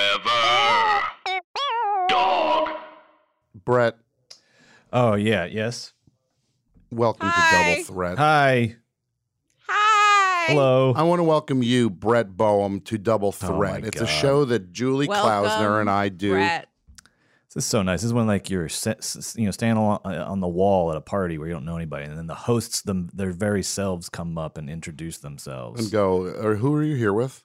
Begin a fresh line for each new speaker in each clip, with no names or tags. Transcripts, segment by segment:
Forever. Dog.
Brett,
Oh yeah, yes.
welcome to
Hi.
Double Threat.
Hi.
Hi.
Hello.
I want to welcome you, Brett Boehm, to Double
Oh,
Threat.
my
it's a
God.
show that Julie Klausner
Welcome,
and I do.
Brett.
This is so nice. This is when like you're se- s- you know standing on, on the wall at a party where you don't know anybody, and then the hosts them their very selves come up and introduce themselves.
And go, or who are you here with?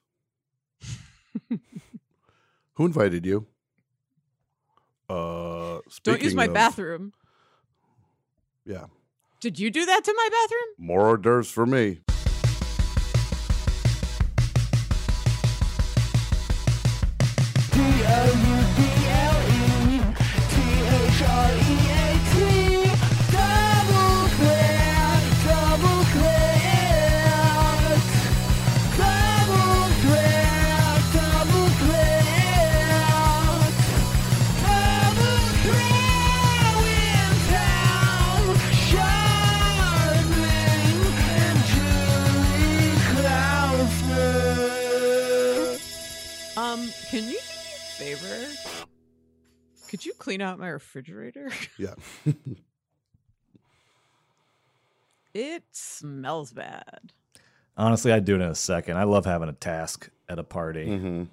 who invited you? Uh,
Don't use
speaking
my
of-
bathroom.
Yeah.
Did you do that to my bathroom?
More hors d'oeuvres for me.
Um, can you do me a favor? Could you clean out my refrigerator?
Yeah.
It smells bad.
Honestly, I'd do it in a second. I love having a task at a party.
hmm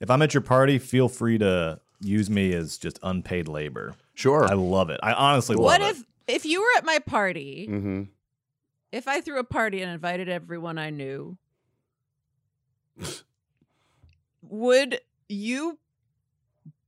If I'm at your party, feel free to use me as just unpaid labor.
Sure.
I love it. I honestly
what
love
if if you were at my party,
hmm
if I threw a party and invited everyone I knew, would you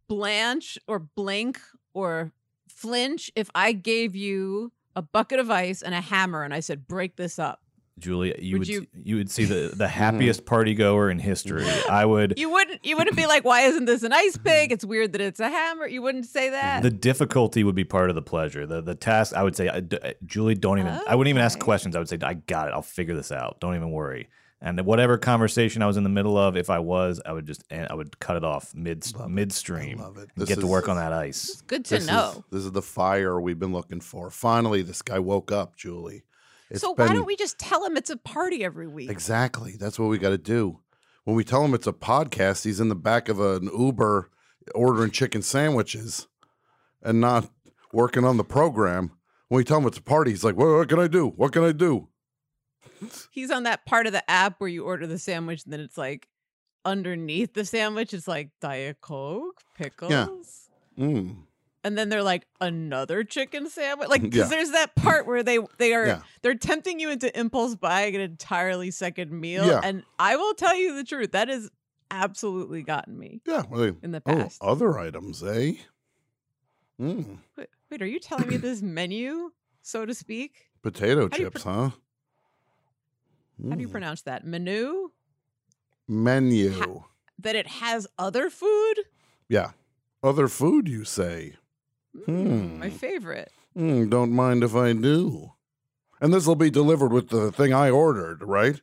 blanch or blink or flinch if I gave you a bucket of ice and a hammer and I said, break this up?
it. Julia, you
would
would,
you-
you, would see the,
Mm-hmm.
the happiest party goer in history. I would
You wouldn't you wouldn't be like, why isn't this an ice pig? It's weird that it's a hammer. You wouldn't say that.
the difficulty would be part of the pleasure. The the task I would say I d- Julie don't even I wouldn't even ask
Okay.
questions. I would say I got it. I'll figure this out. Don't even worry. And whatever conversation I was in the middle of, if I was, I would just and I would cut it off mid
Love it.
midstream.
I love it.
and
This
get to
is-
work on that ice.
it's good to
This is-
know.
this is the fire we've been looking for. Finally, this guy woke up, Julie. It's
So why
been-
don't we just tell him it's a party every week?
Exactly. That's what we got to do. When we tell him it's a podcast, he's in the back of an Uber ordering chicken sandwiches and not working on the program. When we tell him it's a party, he's like, what, what can I do? What can I do?
he's on that part of the app where you order the sandwich and then it's like underneath the sandwich it's like diet coke pickles
Mm.
and then they're like another chicken sandwich like because
Yeah.
there's that part where they they are
Yeah.
they're tempting you into impulse buying an entirely second meal
Yeah.
and i will tell you the truth that has absolutely gotten me
Yeah. well, they-
in the
oh,
past
other items, eh? Mm.
wait, wait, are you telling me this menu so to speak
Potato
do you
chips, huh? Mm.
how do you pronounce that menu
Menu.
that it has other food
yeah. Other food, you say?
Mm, my
Hmm.
favorite
Mm, don't mind if I do. And this will be delivered with the thing I ordered, right?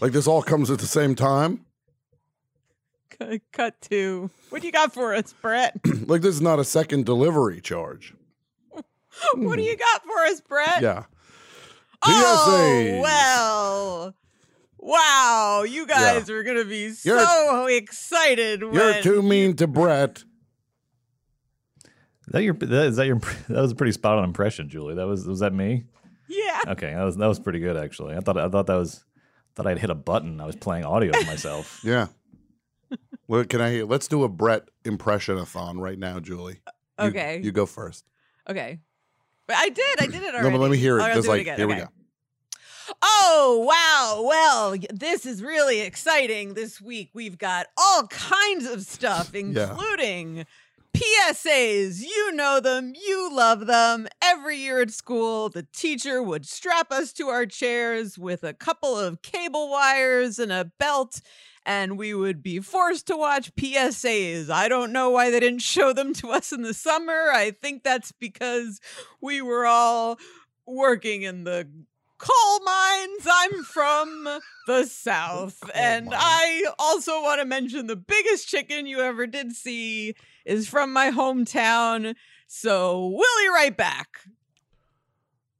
Like this all comes at the same time?
Cut- Cut to what do you got for us, Brett?
like this is not a second delivery charge.
what do you got for us, Brett?
Yeah.
oh,
PSAs.
well, wow, you
Yeah.
guys are gonna be
You're-
so excited.
You're
when
too mean to Brett.
Is that your that, is that your that was a pretty spot on impression, Julie. That was was that me?
Yeah,
Okay, that was that was pretty good actually. I thought I thought that was thought I'd hit a button. I was playing audio of myself.
Yeah. Well, can I hear? Let's do a Brett impression a thon right now, Julie. You-
Okay.
You, go first.
okay. But I did, I did it
No,
already.
but let me hear it.
All right, I'll
Just
do
like,
again.
here we
Okay.
go.
Oh, wow. Well, y- this is really exciting this week. We've got all kinds of stuff, including PSAs. You know them, you love them. Every year at school, the teacher would strap us to our chairs with a couple of cable wires and a belt. And we would be forced to watch PSAs. I don't know why they didn't show them to us in the summer. I think that's because we were all working in the coal mines. I'm from the South. and
mine.
I also want to mention the biggest chicken you ever did see is from my hometown. So we'll be right back.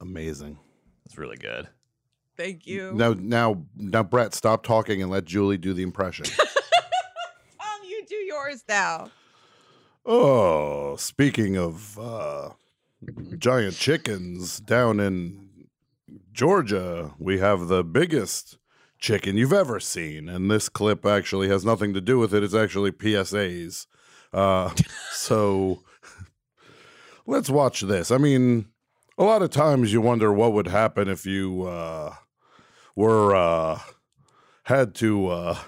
Amazing.
It's really good.
Thank you.
Now, now, now, Brett, stop talking and let Julie do the impression.
Tom, you do
doors thou.
Oh, speaking of uh, giant chickens down in Georgia, we have the biggest chicken you've ever seen. And this clip actually has nothing to do with it, it's actually PSAs. Uh, so let's watch this. I mean, a lot of times you wonder what would happen if you uh, were uh, had to uh,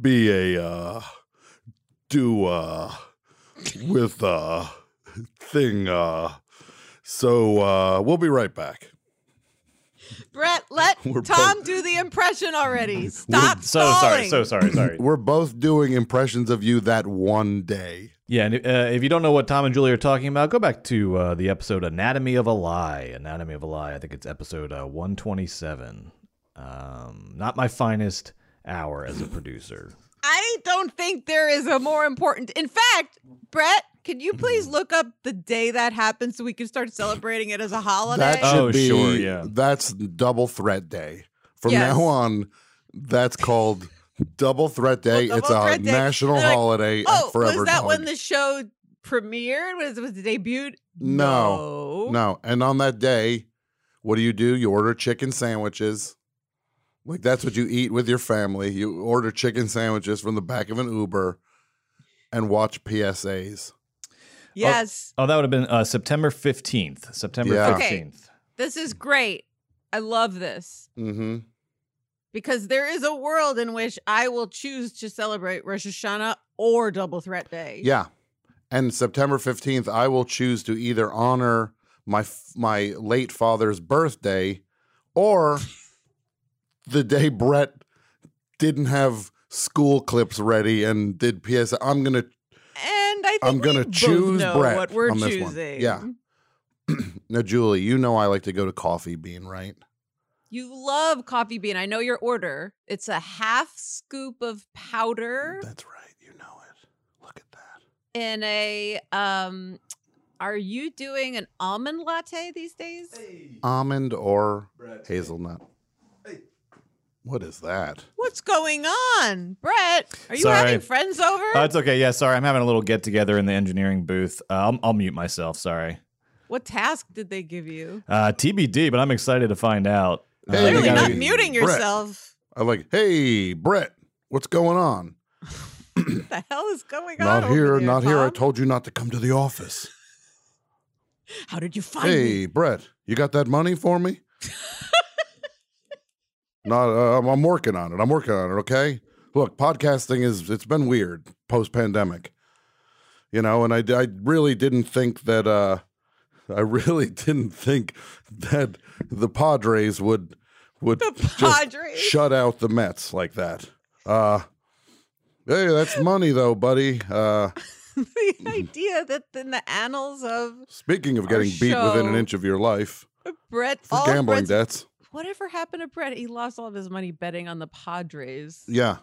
be a. Uh, do uh with uh thing uh so uh we'll be right back
Brett, let
We're
Tom
both-
do the impression already. Stop
So sorry,
stalling.
so sorry, sorry.
we're both doing impressions of you that one day
Yeah, and uh, if you don't know what Tom and Julie are talking about, go back to uh, the episode "Anatomy of a Lie." Anatomy of a Lie. I think it's episode uh, one twenty-seven. Um, not my finest hour as a producer.
I don't think there is a more important. In fact, Brett, can you please
Mm-hmm.
look up the day that happened so we can start celebrating it as a holiday?
that uh, should
Oh,
be
sure, yeah.
that's double threat day from
Yes.
now on that's called double threat day
Double
it's a
Threat Day.
national
They're like,
holiday
oh,
forever
was that
dog."
when the show premiered? Was was it debuted?
No.
no.
no and on that day what do you do you order chicken sandwiches like that's what you eat with your family you order chicken sandwiches from the back of an uber and watch psas
Yes,
Oh, that would have been uh, September fifteenth.
Yeah.
September
Okay.
fifteenth.
this is great. I love this
mm-hmm
because there is a world in which I will choose to celebrate Rosh Hashanah or Double Threat Day.
yeah and september 15th i will choose to either honor my f- my late father's birthday or the day brett didn't have school clips ready and did psa i'm gonna
and I think
I'm gonna
we both
choose
know
Brett
what we're
on this one.
choosing.
Yeah. now julie you know i like to go to coffee bean right
You love coffee bean. I know your order. It's a half scoop of powder
That's right. You know it. Look at that.
in a um are you doing an almond latte these days?
Almond or hazelnut. What is that?
What's going on? Brett, are you
Sorry.
having friends over?
Oh,
Uh,
it's okay. Yeah, sorry. I'm having a little get together in the engineering booth. Uh, I'll, I'll mute myself. Sorry.
what task did they give you?
Uh, TBD, but I'm excited to find out. Uh,
Hey,
they
Clearly
gotta
not
be-
muting
Brett.
yourself.
I like, hey, Brett, what's going on?
What the hell is going on?
not
over
here,
there,
not here. I
Tom?
told you not to come to the office.
How did you find me?
hey, Brett, you got that money for me? not, uh, I'm, I'm working on it. I'm working on it, okay? Look, podcasting is, it's been weird post pandemic, you know, and I, I really didn't think that, uh, I really didn't think that the Padres would, would
The
just
Padres.
shut out the Mets like that. Uh, hey, that's money though, buddy. Uh,
the idea that in the annals of
speaking of
Our
getting beat within an
show
inch of your life
Brett,
for
all of
gambling
Brett's-
debts.
whatever happened to Brett? He lost all of his money betting on the Padres,
Yeah.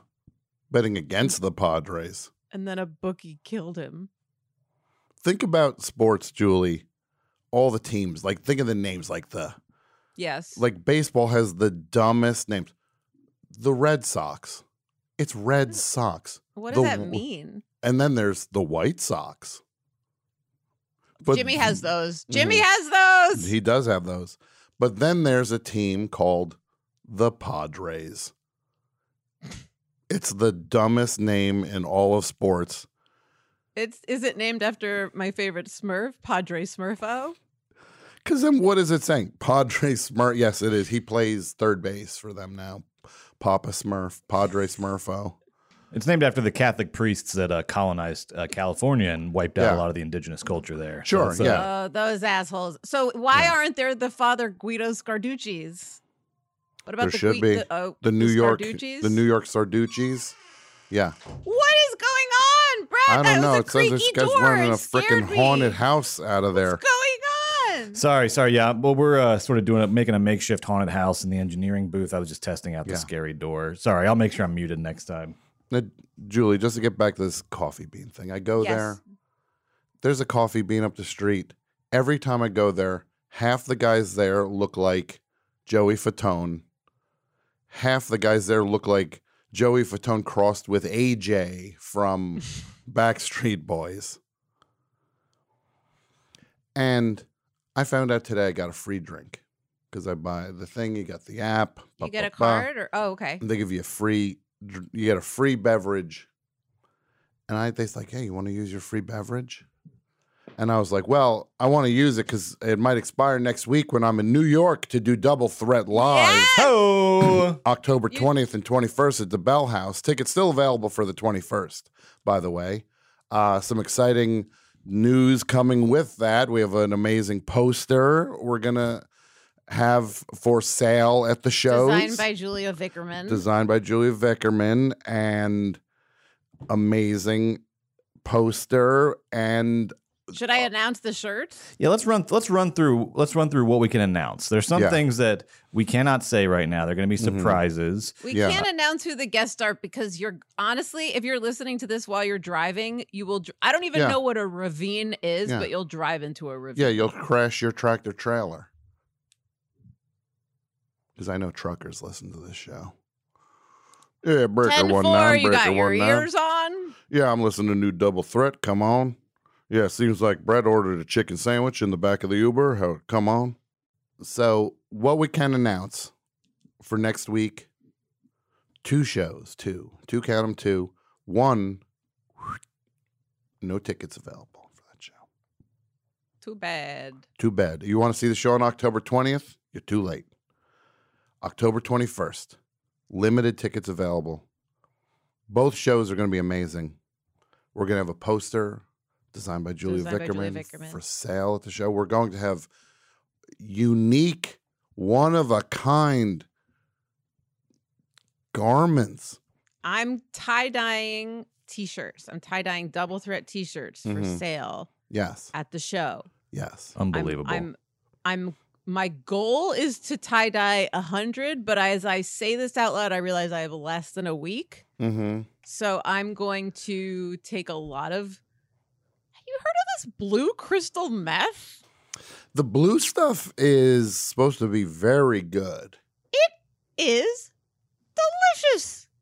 Betting against the Padres.
and then a bookie killed him.
Think about sports, Julie. All the teams. Like think of the names like the
Yes,
like baseball has the dumbest names. The Red Sox. It's Red
Mm.
Sox.
what does
the
that
w-
mean?
And then there's the White Sox. But
Jimmy has those. Jimmy
Mhm.
has those.
He does have those. But then there's a team called the Padres. It's the dumbest name in all of sports.
It's is it named after my favorite Smurf, Padre Smurfo?
Because then what is it saying? Padre Smurf. Yes, it is. He plays third base for them now. Papa Smurf, Padre Smurfo.
It's named after the Catholic priests that uh, colonized uh, California and wiped out
Yeah.
a lot of the indigenous culture there. So
Sure,
it's, uh,
yeah.
Oh, those assholes. So why aren't there the Father Guido Scarducci's? What about
There
the
should
Gui-
be.
the, oh,
The New York,
Scarducci's?
the New York Sarducci's. Yeah,
What is going on, Brett?
I
that
don't know.
Was a
It says this
creaky
guy's
door.
running a
It scared
freaking
me.
haunted house out of there.
What's going on?
Sorry, sorry. Yeah, well, we're uh, sort of doing a, making a makeshift haunted house in the engineering booth. I was just testing out the
Yeah.
scary door. Sorry, I'll make sure I'm muted next time.
Now, Julie, just to get back to this coffee bean thing, I go
Yes.
there. There's a coffee bean up the street. Every time I go there, half the guys there look like Joey Fatone. Half the guys there look like Joey Fatone crossed with AJ from Backstreet Boys. And I found out today I got a free drink because I buy the thing, you got the app.
You get a
ba-ba-ba.
card or oh okay.
And they give you a free, dr- you get a free beverage. And I, they's like, hey, you want to use your free beverage? And I was like, well, I want to use it because it might expire next week when I'm in New York to do Double Threat Live.
Oh,
October
You-
20th and 21st at the Bell House. Tickets still available for the 21st, by the way. Uh, some exciting news coming with that. We have an amazing poster we're going to have for sale at the show.
Designed by Julia Vickerman.
Designed by Julia Vickerman and amazing poster and
Should I announce the shirt?
yeah. Let's run. Let's run through. Let's run through what we can announce. There's some
Yeah.
things that we cannot say right now. They're going to be
Mhm.
surprises.
We
Yeah.
can't announce who the guests are because you're honestly, if you're listening to this while you're driving, you will. dr- I don't even
Yeah.
know what a ravine is,
Yeah.
but you'll drive into a ravine.
yeah, you'll crash your tractor trailer. Because I know truckers listen to this show. Yeah, breaker
Ten
one
four,
nine,
you got
breaker
your
one nine.
ears on.
Yeah, I'm listening to new Double Threat. Come on. Yeah, seems like Brett ordered a chicken sandwich in the back of the Uber. How, come on. So, what we can announce for next week two shows, two, two count 'em, two. One, no tickets available for that show.
Too bad.
Too bad. You want to see the show on October 20th? You're too late. October 21st, limited tickets available. Both shows are going to be amazing. We're going to have a poster designed by Julia,
Designed by Julia
Vickerman,
Vickerman.
for sale at the show. We're going to have unique, one of a kind garments.
I'm tie dyeing t-shirts. I'm tie dyeing double threat t-shirts for
Mhm.
sale
Yes,
at the show.
yes.
I'm-
Unbelievable.
I'm, I'm, my goal is to tie dye a hundred, but as I say this out loud, I realize I have less than a week.
Mm-hmm.
So I'm going to take a lot of. Have you heard of this blue crystal meth?
The blue stuff is supposed to be very good.
Is delicious.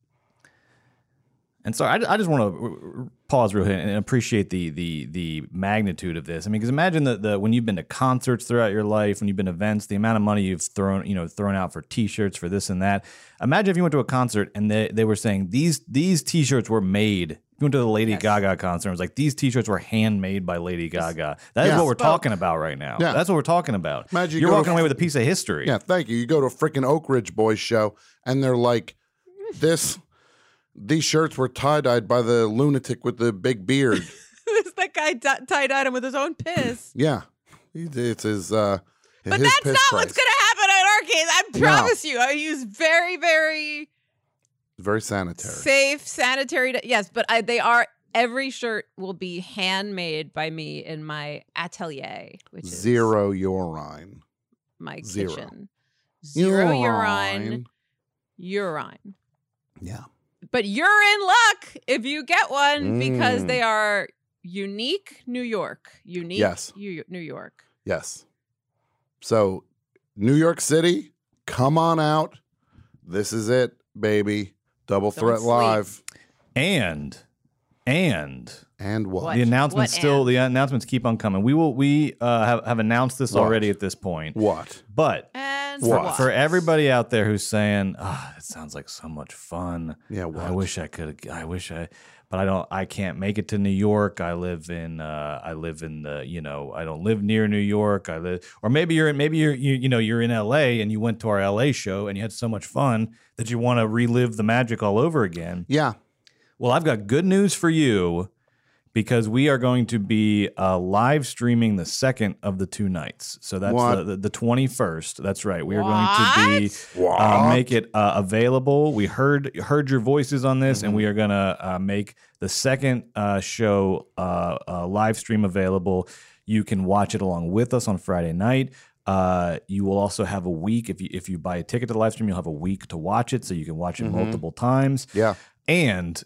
And so I, I just want to pause real quick and appreciate the the the magnitude of this. I mean, because imagine that the when you've been to concerts throughout your life, when you've been to events, the amount of money you've thrown you know thrown out for T-shirts for this and that. Imagine if you went to a concert and they, they were saying these these T-shirts were made. You went to the Lady
Yes.
Gaga concert. and It was like these T-shirts were handmade by Lady Gaga. That is
Yeah.
what we're
Bespoke.
talking about right now.
Yeah.
That's what we're talking about.
Imagine you
You're
go to
walking away with a piece of history.
Yeah, thank you. You go to a freaking Oak Ridge Boys show, and they're like, "This, these shirts were tie dyed by the lunatic with the big beard."
It's that guy d- tie dyed him with his own piss.
yeah, He- it's his. Uh,
But
his
that's
piss
not what's
price.
going to happen at our case. I
No.
promise you. I use very, very
Very sanitary.
safe, sanitary. d- Yes, but I, they are. Every shirt will be handmade by me in my atelier, which is
Zero urine.
my
Zero.
kitchen. Zero urine, urine.
Yeah.
but you're in luck if you get one because
Mm.
they are unique New York. Unique
Yes.
U- New York.
Yes. So, New York City, come on out. This is it, baby. Double
Don't
Threat
sleep.
Live.
And and
And what?
What?
the announcements
What
still
and?
the announcements keep on coming. We will we uh, have have announced this
What?
already at this point,
What?
but
And
for,
What?
for everybody out there who's saying, "Ah, that sounds like so much fun.
Yeah. What?
I wish I could. I wish I, but I don't. I can't make it to New York. I live in. Uh, I live in the. You know, I don't live near New York. I live, or maybe you're in. Maybe you're. You, you know, you're in L.A. and you went to our L.A. show and you had so much fun that you want to relive the magic all over again.
Yeah.
Well, I've got good news for you because we are going to be uh, live streaming the second of the two nights. So that's
What?
the, the, the 21st. That's right. We are going to be.
What?
Uh, make it uh, available. We heard heard your voices on this, and
Mhm.
we are gonna uh, make the second uh, show uh, uh, live stream available. You can watch it along with us on Friday night. Uh, you will also have a week if you if you buy a ticket to the
Mm-hmm.
live stream, you'll have a week to watch it, so you can watch it
Mhm.
multiple times.
yeah.
And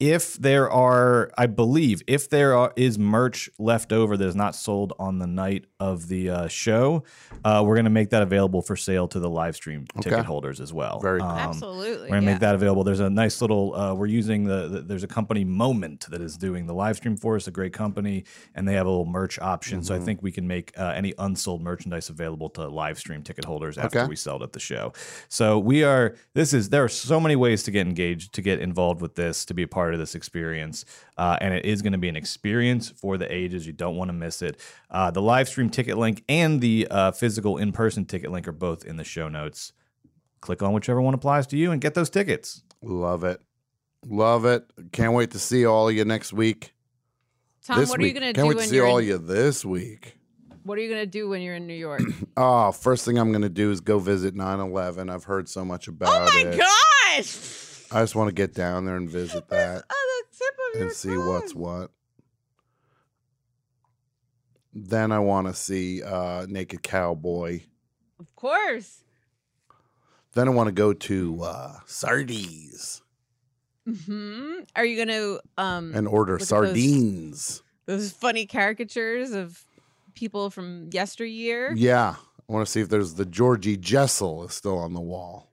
if there are, I believe, if there are, is merch left over that is not sold on the night of the uh, show, uh, we're going to make that available for sale to the live stream
Okay.
ticket holders as well. Um,
Very cool.
Absolutely.
We're gonna
yeah.
make that available. There's a nice little. Uh, we're using the, the- There's a company Moment that is doing the live stream for us. A great company, and they have a little merch option.
Mm-hmm.
So I think we can make uh, any unsold merchandise available to live stream ticket holders after
Okay.
we sell it at the show. So we are. This is. There are so many ways to get engaged, to get involved with this, to be a part of this experience, uh, and it is going to be an experience for the ages. You don't want to miss it. Uh, the live stream ticket link and the uh, physical in person ticket link are both in the show notes click on whichever one applies to you and get those tickets.
Love it. Love it. Can't wait to see all of you next week.
Tom,
this
what are
week.
you gonna
Can't
do
wait to
when
see
you're
all
in,
you this week.
What are you gonna do when you're in New York?
Oh, first thing I'm going to do is go visit 9/11. I've heard so much about
oh my
it.
gosh!
I just want to get down there and visit that
Oh, the tip of your
and see what's
tongue.
what. Then I want to see uh, Naked Cowboy.
Of course.
Then I want to go to uh, Sardi's
hmm Are you gonna um
and order
Look at those.
sardines.
those funny caricatures of people from yesteryear?
Yeah, I want to see if there's the Georgie Jessel is still on the wall.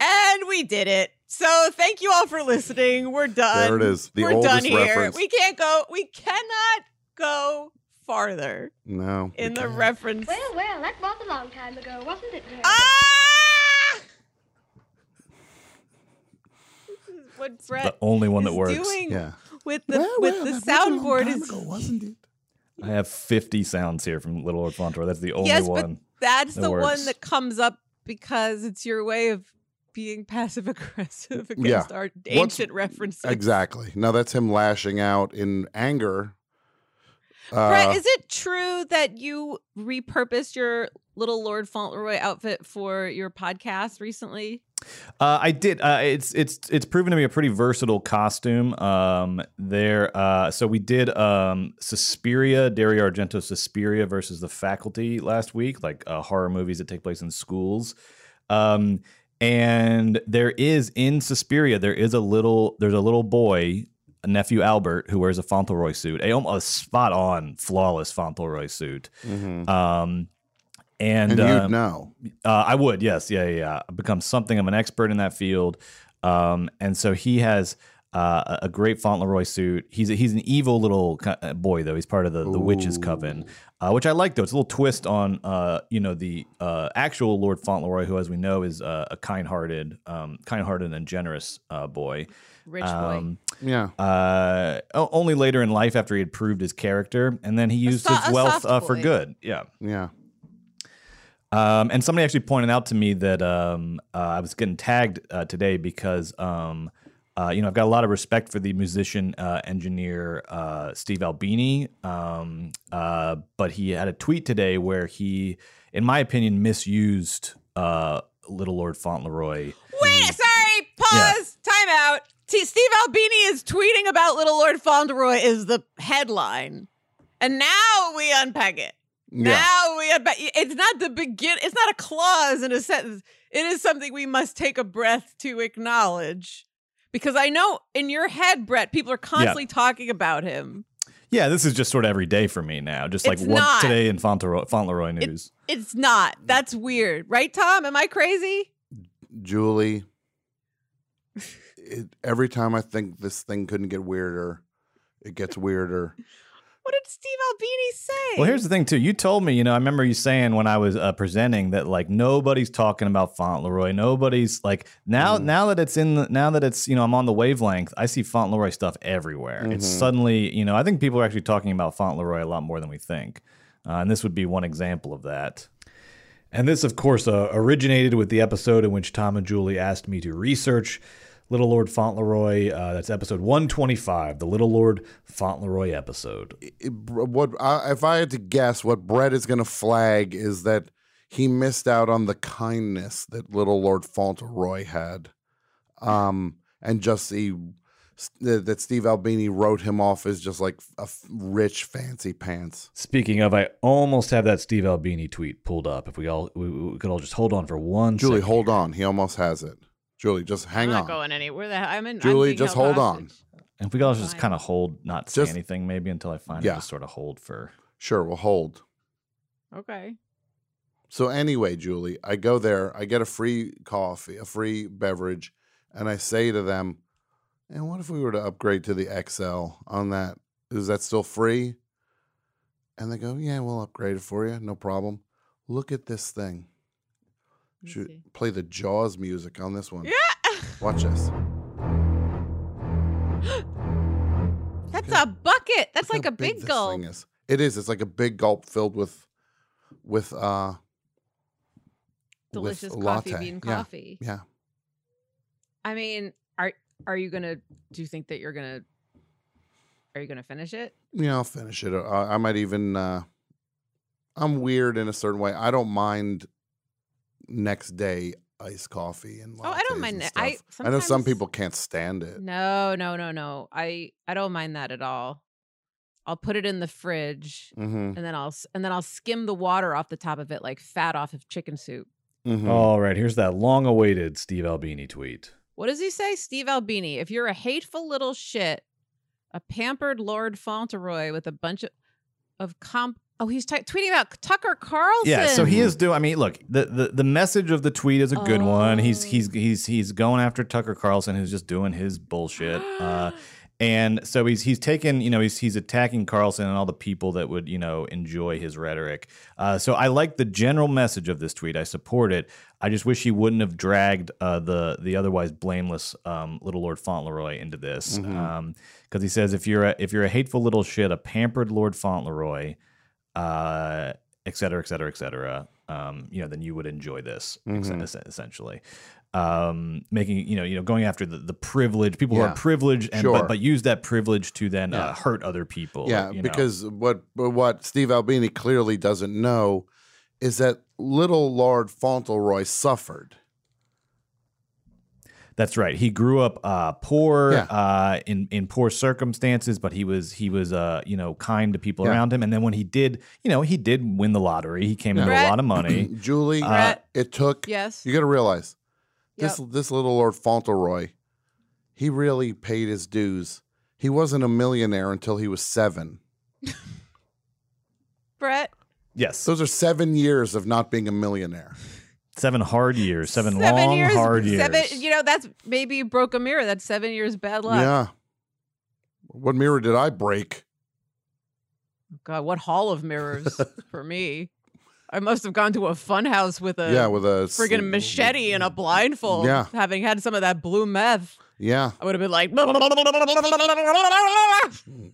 And we did it. So thank you all for listening. We're done.
There it is. The
We're
oldest
done here.
reference.
We can't go. We cannot go farther
no. we
in the
can't.
reference.
Well, Oh, well, that was a long time ago, wasn't it, Jerry?
Ah! This is What Brett
The only one that
is
works.
doing
Yeah.
with the
Well,
with
well,
the
that was a long
soundboard
time
is
ago, wasn't it?
I have 50 sounds here from Little Lord Fontour. That's the only
yes, but
one.
that's
that
the
works.
one that comes up because it's your way of being passive aggressive against
Yeah.
our
What's-
ancient references.
Exactly. No, that's him lashing out in anger. Uh,
Brett, is it true that you repurposed your little Lord Fauntleroy outfit for your podcast recently?
Uh, I did. Uh, it's it's it's proven to be a pretty versatile costume. Um, there. Uh, so we did um, Suspiria, Dario Argento Suspiria versus the Faculty last week, like uh, horror movies that take place in schools. Um, and there is in Suspiria, there is a little there's a little boy, a nephew Albert, who wears a Fauntleroy suit, a almost spot on flawless Fauntleroy suit.
mhm.
Um, and,
and
um,
you'd know.
uh, I would, yes, yeah, yeah, yeah. I've become something of an expert in that field, um, and so he has uh, a- a great Fauntleroy suit. He's a, he's an evil little co- uh, boy though. He's part of the, the witches
Ooh.
coven, uh, which I like though. It's a little twist on uh, you know the uh, actual Lord Fauntleroy, who as we know is uh, a kind-hearted, um, kind-hearted and generous uh, boy.
Rich boy.
Um,
Yeah.
uh, o- only later in life after he had proved his character, and then he used
so-
his
a
wealth
soft
uh, for
boy.
good. Yeah.
Yeah.
Um, and somebody actually pointed out to me that um, uh, I was getting tagged uh, today because um, uh, you know I've got a lot of respect for the musician uh, engineer uh, Steve Albini, um, uh, but he had a tweet today where he, in my opinion, misused uh, Little Lord Fauntleroy.
Wait, sorry, pause, time out. T- Steve Albini is tweeting about Little Lord Fauntleroy is the headline. And now we unpack it.
Yeah.
Now we unpack it's not the begin it's not a clause in a sentence. It is something we must take a breath to acknowledge. Because I know in your head, Brett, people are constantly talking about him.
Yeah, this is just sort of every day for me now. Just like
It's
what
not.
today in Fauntleroy, Fauntleroy news.
It's not. That's weird. Right, Tom? Am I crazy?
Julie, it, every time I think this thing couldn't get weirder, it gets weirder.
What did Steve Albini say?
Well, here's the thing, too. You told me, you know, I remember you saying when I was uh, presenting that like nobody's talking about Fauntleroy. Nobody's like now.
Mm.
Now that it's in, the, now that it's you know, I'm on the wavelength. I see Fauntleroy stuff everywhere. It's
Mhm.
suddenly, you know, I think people are actually talking about Fauntleroy a lot more than we think, uh, and this would be one example of that. And this, of course, uh, originated with the episode in which Tom and Julie asked me to research Little Lord Fauntleroy. Uh, that's episode 125, the Little Lord Fauntleroy episode.
It- what I, if I had to guess, what Brett is going to flag is that he missed out on the kindness that little Lord Fauntleroy had, um, and just he that Steve Albini wrote him off as just like a f- rich fancy pants.
Speaking of, I almost have that Steve Albini tweet pulled up. If we all we, we could all just hold on for one
Julie,
second.
hold on, he almost has it. Julie, just hang
I'm
on.
not going anywhere. That I'm in. I'm
Julie,
being
just
held
hold on.
hostage.
And if we could all just
Fine.
kind of hold, not say
Just-
anything, maybe until I find
Yeah.
it, just sort of hold for.
Sure, we'll hold.
Okay.
So anyway, Julie, I go there, I get a free coffee, a free beverage, and I say to them, "And what if we were to upgrade to the XL on that? Is that still free?" And they go, "Yeah, we'll upgrade it for you, no problem." Look at this thing.
Let me see.
Should play the Jaws music on this one.
Yeah.
Watch this.
That's
Okay.
a bucket. That's like
Look how
a big,
this
gulp.
Thing is. It is. It's like a big gulp filled with, with uh, with
Delicious coffee
latte.
bean
Yeah.
coffee.
yeah.
I mean, are are you gonna? Do you think that you're gonna? Are you gonna finish it?
Yeah, I'll finish it. I, I might even. Uh, I'm weird in a certain way. I don't mind next day iced coffee and.
oh, I
lattes
don't mind.
and
that. I
stuff. I know some
sometimes-
people can't stand it.
No, no, no, no. I I don't mind that at all. I'll put it in the fridge
Mm-hmm.
and then I'll s- and then I'll skim the water off the top of it like fat off of chicken soup.
mm-hmm.
All right, here's that long awaited Steve Albini tweet.
What does he say, Steve Albini? If you're a hateful little shit, a pampered Lord Fauntleroy with a bunch of of comp. Oh, he's t- tweeting about Tucker Carlson.
Yeah, so he is doing. I mean, look, the, the the message of the tweet is a good one. He's
Oh.
he's he's he's going after Tucker Carlson, who's just doing his bullshit. Uh, and so he's he's taken, you know, he's he's attacking Carlson and all the people that would, you know, enjoy his rhetoric. Uh, so I like the general message of this tweet. I support it. I just wish he wouldn't have dragged uh, the the otherwise blameless um, little Lord Fauntleroy into this, because
Mhm.
he says if you're a, if you're a hateful little shit, a pampered Lord Fauntleroy, uh, et cetera, et cetera, et cetera, um, you know, then you would enjoy this ex-
Mhm.
es- essentially. Um, making you know, you know, going after the, the privilege, people who
Yeah.
are privileged, and
Sure.
but, but use that privilege to then
Yeah.
uh, hurt other people.
Yeah,
you know.
because what what Steve Albini clearly doesn't know is that little Lord Fauntleroy suffered.
that's right. He grew up uh, poor,
Yeah.
uh, in in poor circumstances, but he was he was uh, you know kind to people
Yeah.
around him. And then when he did, you know, he did win the lottery. He came into
Brett.
a lot of money.
Julie,
Uh,
it took.
Yes.
You got to realize
Yep.
this this little Lord Fauntleroy, he really paid his dues. He wasn't a millionaire until he was seven.
Brett.
yes,
Those are seven years of not being a millionaire.
seven hard years, seven, long hard years.
Seven. You know, that's maybe you broke a mirror. That's seven years bad luck.
Yeah. What mirror did I break?
God, what hall of mirrors for me? I must have gone to a funhouse with a
yeah, with a
friggin'
sl-
machete and a blindfold.
Yeah.
Having had some of that blue meth,
Yeah,
I would have been like,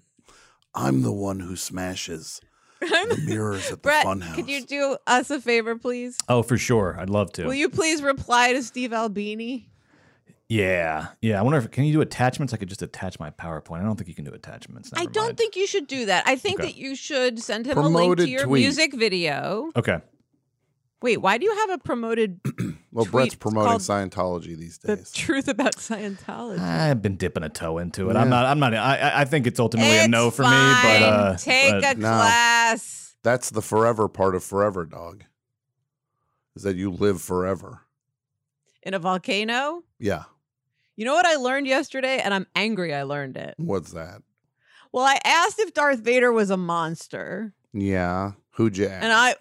I'm the one who smashes the mirrors at the
Brett,
funhouse.
could you do us a favor, please?
oh, for sure, I'd love to.
Will you please reply to Steve Albini?
yeah, yeah. I wonder if can you do attachments? I could just attach my PowerPoint. I don't think you can do attachments.
I
Never
don't
mind.
think you should do that. I think
Okay.
that you should send him a link to
Promoted
your
tweet.
music video.
Okay.
Wait, why do you have a promoted
well,
tweet
Brett's promoting
called
Scientology these
the
days.
truth about Scientology?
I've been dipping a toe into it.
Yeah.
I'm not. I'm not. I- I, I think it's ultimately a no
It's
for me. But
fine.
uh,
take
but-
a
No.
class.
That's the forever part of forever, dog. Is that you live forever?
in a volcano.
Yeah.
You know what I learned yesterday? And I'm angry I learned it.
What's that?
Well, I asked if Darth Vader was a monster.
Yeah. Who'd you ask?
And I-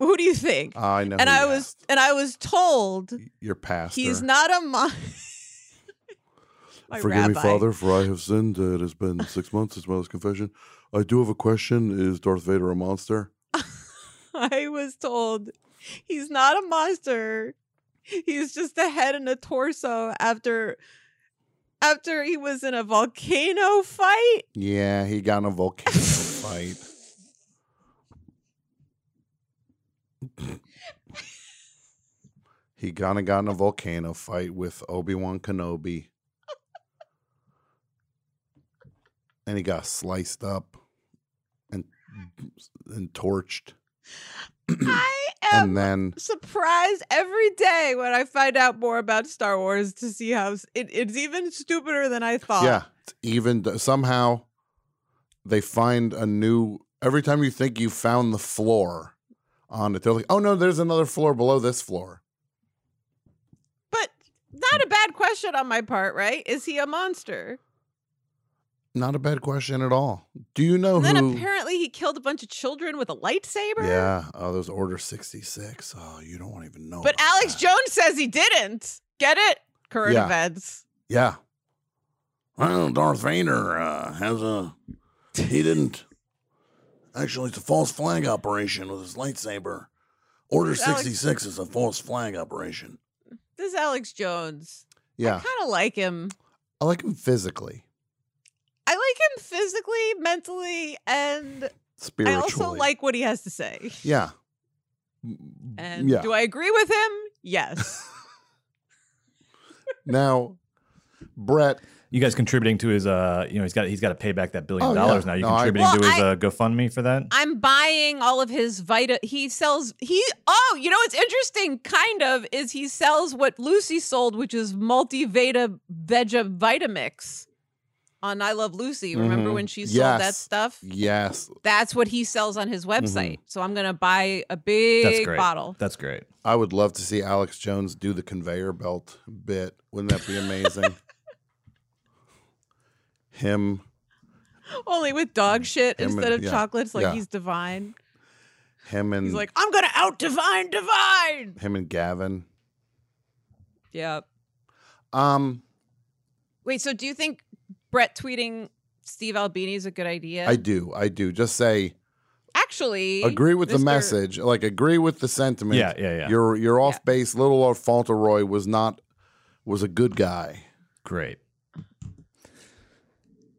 Who do you think?
I know.
and
who
I
you
was
asked.
and I was told
your pastor.
he's not a monster.
Forgive me, Father, for I have sinned. It has been six months since my last confession. I do have a question. Is Darth Vader a monster?
I was told he's not a monster. He's just a head and a torso after after he was in a volcano fight.
Yeah, he got in a volcano fight. he gonna got in a volcano fight with Obi Wan Kenobi, and he got sliced up and and torched,
I am
and then
surprised every day when I find out more about Star Wars to see how s- it, it's even stupider than I thought.
Yeah, it's even th- somehow they find a new. Every time you think you found the floor on it, they're like, "Oh no, there's another floor below this floor."
But not a bad question on my part, right? Is he a monster?
Not a bad question at all. Do you know
And then
Oh, who?
apparently he killed a bunch of children with a lightsaber.
yeah. Oh, there's Order 66. Oh, you don't wanna even know.
But
about
Alex
that.
Jones says he didn't. Get it? Current
Oh, Yeah.
events.
Yeah. Well, Darth Vader uh, has a. He didn't. Actually, it's a false flag operation with his lightsaber. Order
Is Alex-
66 is a false flag operation.
This is Alex Jones.
Yeah.
Kind of like him.
I like him physically,
I like him physically, mentally, and I
spiritually.
also like what he has to say.
Yeah.
And
yeah.
do I agree with him? Yes.
now, Brett.
You guys contributing to his uh you know he's got he's got to pay back that billion
Oh, yeah.
dollars now. You
No, I-
contributing to
Well,
his
I-
uh, GoFundMe for that?
I'm buying all of his Vita. He sells he oh, you know what's interesting kind of is he sells what Lucy sold, which is multi Veta Vega Vitamix on I Love Lucy. Remember
Mhm.
when she sold that
Yes.
stuff?
Yes,
That's what he sells on his
Mm-hmm.
website. So I'm gonna buy a big
great.
bottle.
That's great.
I would love to see Alex Jones do the conveyor belt bit. Wouldn't that be amazing? Him.
Only with dog shit
Him mm, and-
instead of
yeah,
chocolates, like
yeah. Mm.
he's divine.
Him and
He's like, I'm gonna out divine divine.
him and Gavin.
Yeah.
Um,
Wait, so do you think Brett tweeting Steve Albini is a good idea?
I do, I do. Just say
Actually
agree with the
Mr.
message, like agree with the sentiment.
Yeah, yeah, yeah.
Your your off base little old Fauntleroy was not was a good guy.
Great.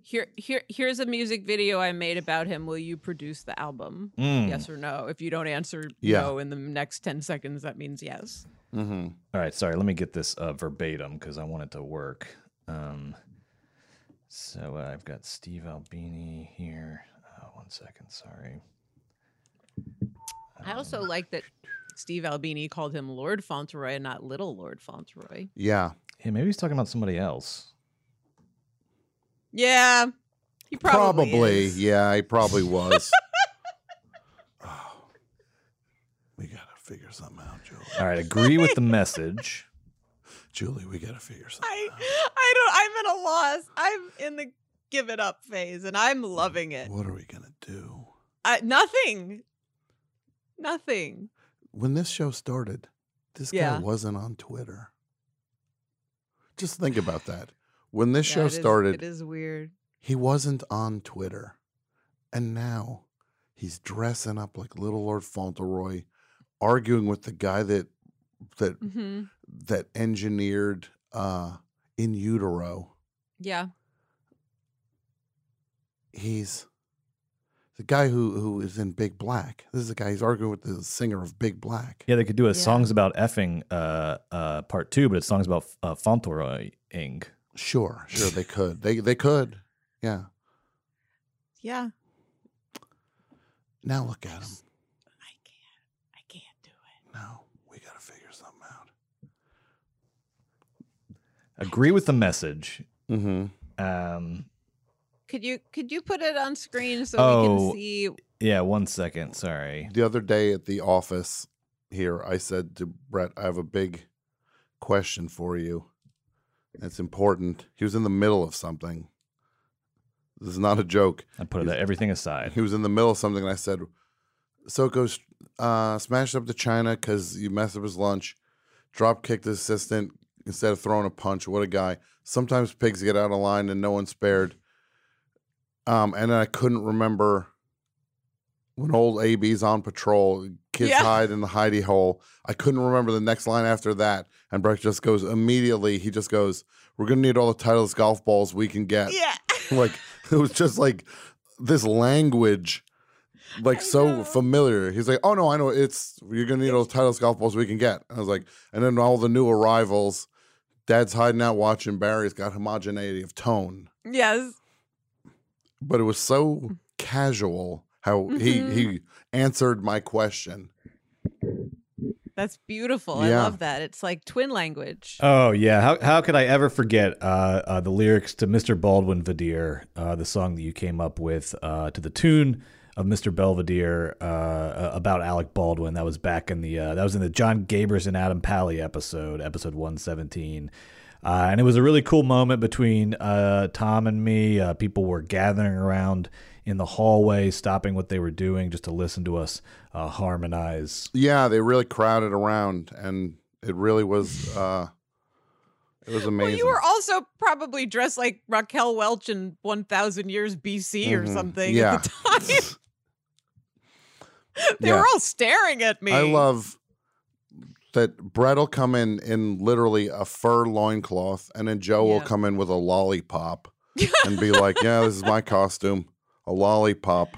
Here here here's a music video I made about him. Will you produce the album?
Mm.
Yes or no? If you don't answer
Yeah.
no in the next 10 seconds, that means yes.
Mm-hmm.
All right, sorry. Let me get this uh, verbatim because I want it to work. Um, so uh, I've got Steve Albini here. Uh, one second, sorry.
I also
Um,
like that Steve Albini called him Lord Fauntleroy and not little Lord Fauntleroy.
Yeah,
hey, maybe he's talking about somebody else.
Yeah. He probably, is.
yeah, he probably was. oh, we gotta figure something out, Julie.
All right, agree with the message.
Julie, we gotta figure something.
I I don't I'm at a loss. I'm in the give it up phase and I'm loving
out.
it.
What are we gonna do?
I, nothing. Nothing.
When this show started, this
Yeah.
guy wasn't on Twitter. Just think about that. When this
Yeah,
show
it is-
started,
it is weird.
He wasn't on Twitter. And now he's dressing up like little Lord Fauntleroy, arguing with the guy that that
hmm
that engineered uh in utero.
Yeah.
He's the guy who who is in Big Black. This is the guy he's arguing with the singer of Big Black.
Yeah, they could do a
Yeah.
songs about effing uh, uh, part two, but it's songs about uh, Fauntleroy ing.
Sure, sure they could. They they could. Yeah.
Yeah.
Now look at him.
I can't. I can't do it.
No, we gotta figure something out.
Agree with the message.
Mm-hmm.
Um,
Could you could you put it on screen so we
Oh.
can see?
yeah, one second, sorry.
the other day at the office here, I said to Brett, I have a big question for you. It's important. He was in the middle of something. This is not a joke.
I put that everything aside.
He was in the middle of something, and I said, Soko uh, smashed up to China because you messed up his lunch, drop kicked the assistant instead of throwing a punch. What a guy. Sometimes pigs get out of line and no one's spared. Um, and I couldn't remember when old AB's on patrol, kids
Yeah.
hide in the hidey hole. I couldn't remember the next line after that. And Breck just goes immediately, he just goes, We're going to need all the Titleist golf balls we can get
Yeah.
like it was just like this language like
I
so
know.
familiar he's like oh no i know it's you're gonna need all the titles golf balls we can get and i was like and then all the new arrivals dad's hiding out watching barry's got homogeneity of tone
yes.
but it was so
Mm.
casual how
Mhm.
he he answered my question
That's beautiful. I
Yeah.
love that. It's like twin language.
Oh yeah, how how could I ever forget uh, uh, the lyrics to Mr. Baldwin Vadir, uh, the song that you came up with uh, to the tune of Mr. Belvedere uh, uh, about Alec Baldwin? That was back in the uh, that was in the John Gabers and Adam Pally episode, episode one seventeen. Uh, and it was a really cool moment between uh, Tom and me. Uh, people were gathering around in the hallway, stopping what they were doing just to listen to us uh, harmonize.
Yeah, they really crowded around, and it really was. Uh, it was amazing.
Well, you were also probably dressed like Raquel Welch in 1,000 Years BC or
Mhm.
something
Yeah.
at the time. they
Yeah.
were all staring at me.
I love that Brett will come in in literally a fur loincloth, and then Joe will
Yeah.
come in with a lollipop and be like, "Yeah, this is my costume, a lollipop.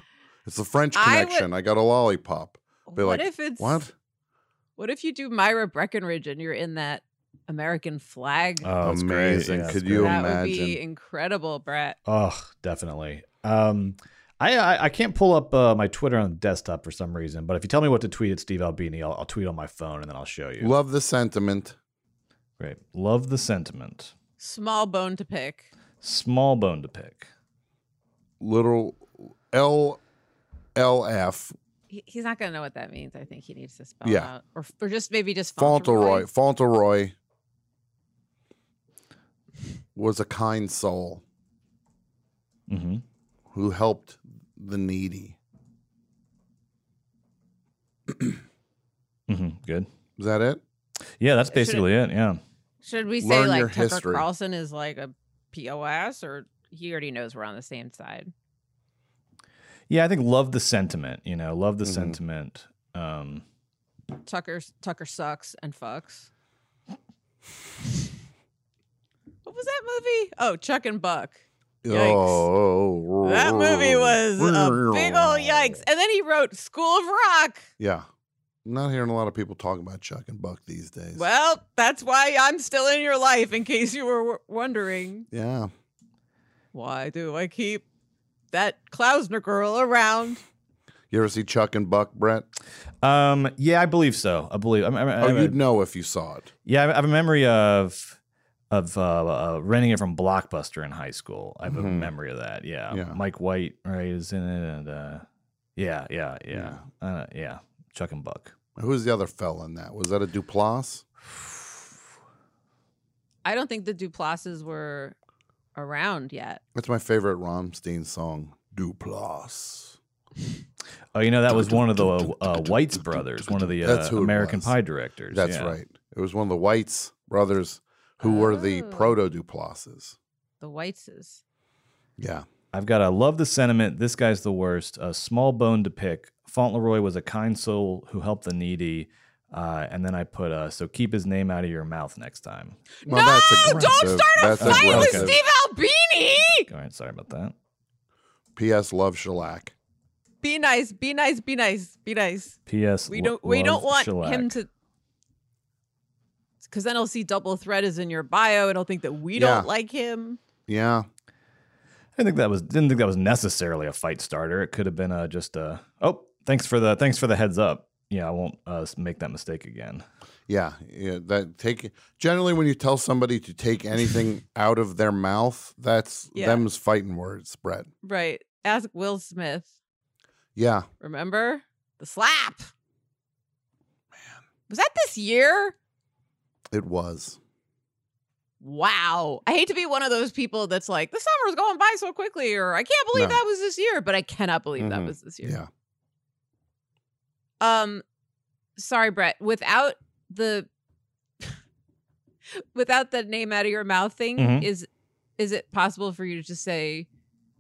It's the French
I would-
Connection. I, got a lollipop." Be
What
like,
if it's
What?
What if you do Myra Breckenridge and you're in that American flag?
Oh, it's great.
Amazing.
it's
Uh, Could
great.
you
that would
imagine.
be incredible, Brett.
Oh, definitely. Um, I, I I can't pull up uh, my Twitter on the desktop for some reason, but if you tell me what to tweet at Steve Albini, I'll, I'll tweet on my phone and then I'll show you.
Love the sentiment.
Great. Love the sentiment.
Small bone to pick.
Small bone to pick.
Little L L F
He, he's not going to know what that means. I think he needs to spell
Yeah.
out, or or just maybe just
Fauntleroy.
Fauntleroy.
Fauntleroy was a kind soul
hmm
who helped the needy.
hmm Good.
Is that it?
Yeah, that's basically it. Yeah.
Should we say
Learn your
like Tucker
history.
Carlson is like a pos, or he already knows we're on the same side?
Yeah, I think love the sentiment. You know, love the
Mhm.
sentiment. Um,
Tucker Tucker sucks and fucks. What was that movie? Oh, Chuck and Buck. Yikes.
Oh,
That movie was a big old yikes. And then he wrote School of Rock.
Yeah. I'm not hearing a lot of people talking about Chuck and Buck these days.
Well, that's why I'm still in your life, in case you were w- wondering.
yeah.
Why do I keep that Klausner girl around?
You ever see Chuck and Buck, Brett?
um, yeah, I believe so. I believe. I, I, I,
oh, you'd know if you saw it.
yeah, I have a memory of of uh, uh, renting it from Blockbuster in high school. I have a
Mhm.
memory of that. Yeah.
Yeah.
Mike White, right, is in it, and uh, yeah, yeah, yeah, Uh, yeah. Chuck and Buck.
Who was the other fella in that? Was that a Duplass?
I don't think the Duplasses were around yet.
That's my favorite Rammstein song, Duplass.
Oh, you know that was one of the uh, uh, White's brothers, one of the
That's
uh,
who it
American
was.
Pie directors.
That's
yeah.
right. It was one of the Whites brothers who were the
Oh.
proto Duplasses.
The Whiteses.
Yeah.
I've got a love the sentiment. This guy's the worst. A small bone to pick. Fauntleroy was a kind soul who helped the needy. Uh, and then I put, uh, so keep his name out of your mouth next time.
Well, that's
no, don't
aggressive.
start a
That's
fight with
aggressive.
Steve Albini.
All right, sorry about that.
P.S. Love Shellac.
Be nice. Be nice. Be nice. Be nice.
P.S.
We
lo-
don't. We don't
love
want
shellac.
him to. Because then he'll see double threat is in your bio, and he'll think that we
Yeah.
don't like him.
Yeah.
I think that was didn't think that was necessarily a fight starter. It could have been uh, just a oh thanks for the thanks for the heads up. Yeah, I won't uh, s- make that mistake again.
Yeah, yeah. That take generally when you tell somebody to take anything out of their mouth, that's
Yeah.
them's fighting words, Brett.
Right. Ask Will Smith.
Yeah,
Remember the slap? Man, was that this year?
it was.
Wow. I hate to be one of those people that's like, the summer's going by so quickly, or I can't believe
No.
that was this year, but I cannot believe that
Mhm.
was this year.
Yeah.
Um, sorry, Brett. Without the without the name out of your mouth thing,
Mm-hmm.
Mhm.
is is it possible for you to just say,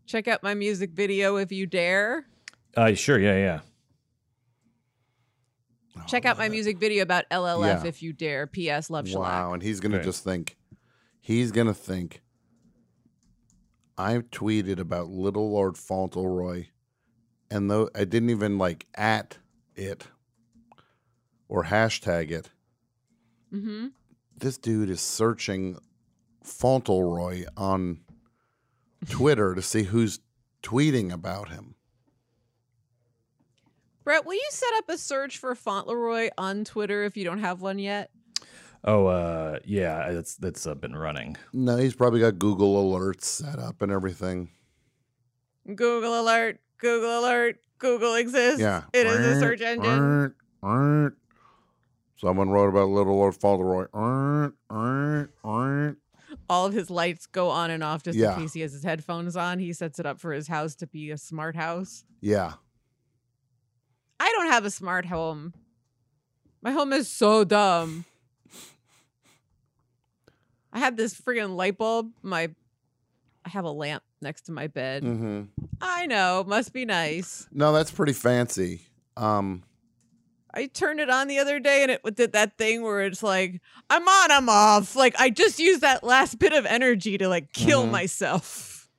check out my music video if you dare?
Uh, sure, yeah, yeah.
Oh,
check
I
out
love
my
it.
music video about LLF
Yeah.
if you dare. P.S. Love Shellac.
Wow, and he's gonna
Great.
just think he's gonna think I tweeted about little Lord Fauntleroy and though I didn't even like at it or hashtag it.
Mm-hmm.
this dude is searching Fauntleroy on Twitter to see who's tweeting about him.
Brett, will you set up a search for Fauntleroy on Twitter if you don't have one yet?
Oh uh, yeah, that's that's uh, been running.
No, he's probably got Google alerts set up and everything.
Google alert! Google alert! Google exists.
Yeah.
it is a search engine.
Someone wrote about Little Lord Fauntleroy.
all of his lights go on and off just
Yeah.
in case he has his headphones on. He sets it up for his house to be a smart house.
Yeah.
I don't have a smart home. My home is so dumb. I had this friggin' light bulb. My I have a lamp next to my bed.
Mm-hmm.
I know, must be nice.
No, that's pretty fancy. Um,
I turned it on the other day and it did that thing where it's like, I'm on, I'm off. Like I just used that last bit of energy to like kill
Mhm.
myself.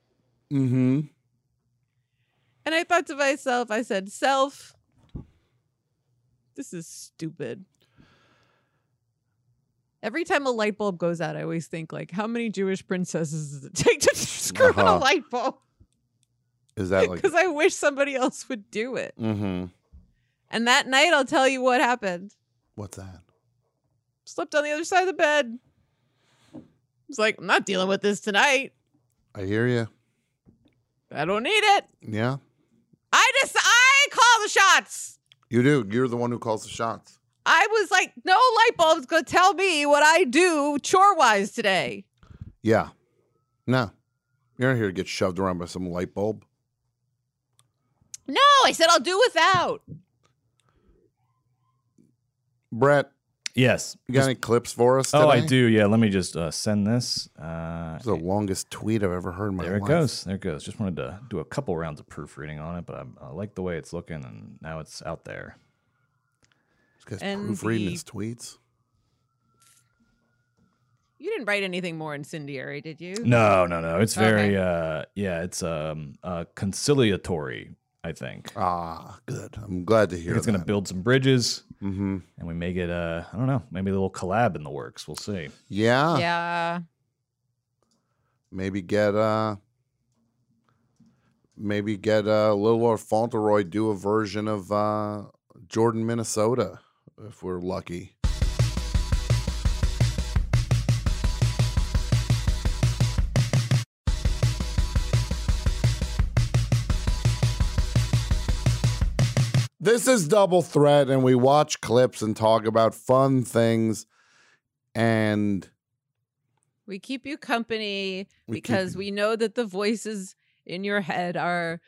mm-hmm.
And I thought to myself, I said, self, this is stupid. Every time a light bulb goes out, I always think like, how many Jewish princesses does it take to screw a
Uh-huh.
light bulb?
Is that like?
Because I wish somebody else would do it.
Mm-hmm.
And that night, I'll tell you what happened.
What's that?
Slept on the other side of the bed. It's like, I'm not dealing with this tonight.
I hear you.
I don't need it.
Yeah,
I just, I call the shots.
you do. You're the one who calls the shots.
I was like, no light bulb's gonna tell me what I do chore wise today.
Yeah. No, you're not here to get shoved around by some light bulb.
No, I said I'll do without.
Brett,
Yes.
you got any clips for us?
Oh, I
today?
do. Yeah. Let me just uh, send this. Uh,
It's the longest tweet I've ever heard in my
there it
life.
goes. There it goes. Just wanted to do a couple rounds of proofreading on it, but I, I like the way it's looking, and now it's out there.
This guy's
And
proofreading
the-
his tweets.
You didn't write anything more incendiary, did you?
No, no, no. It's
Okay.
very, uh, yeah, it's um, uh, conciliatory, I think.
Ah, good. I'm glad to
I
hear
think it's going to build some bridges,
Mm-hmm.
and we may get, uh, I don't know, maybe a little collab in the works. We'll see.
Yeah.
Yeah.
Maybe get uh maybe get uh Lil Fauntleroy do a version of uh Jordan Minnesota if we're lucky. This is Double Threat, and we watch clips and talk about fun things. And
We keep you company
We keep
because
you-
we know that the voices in your head are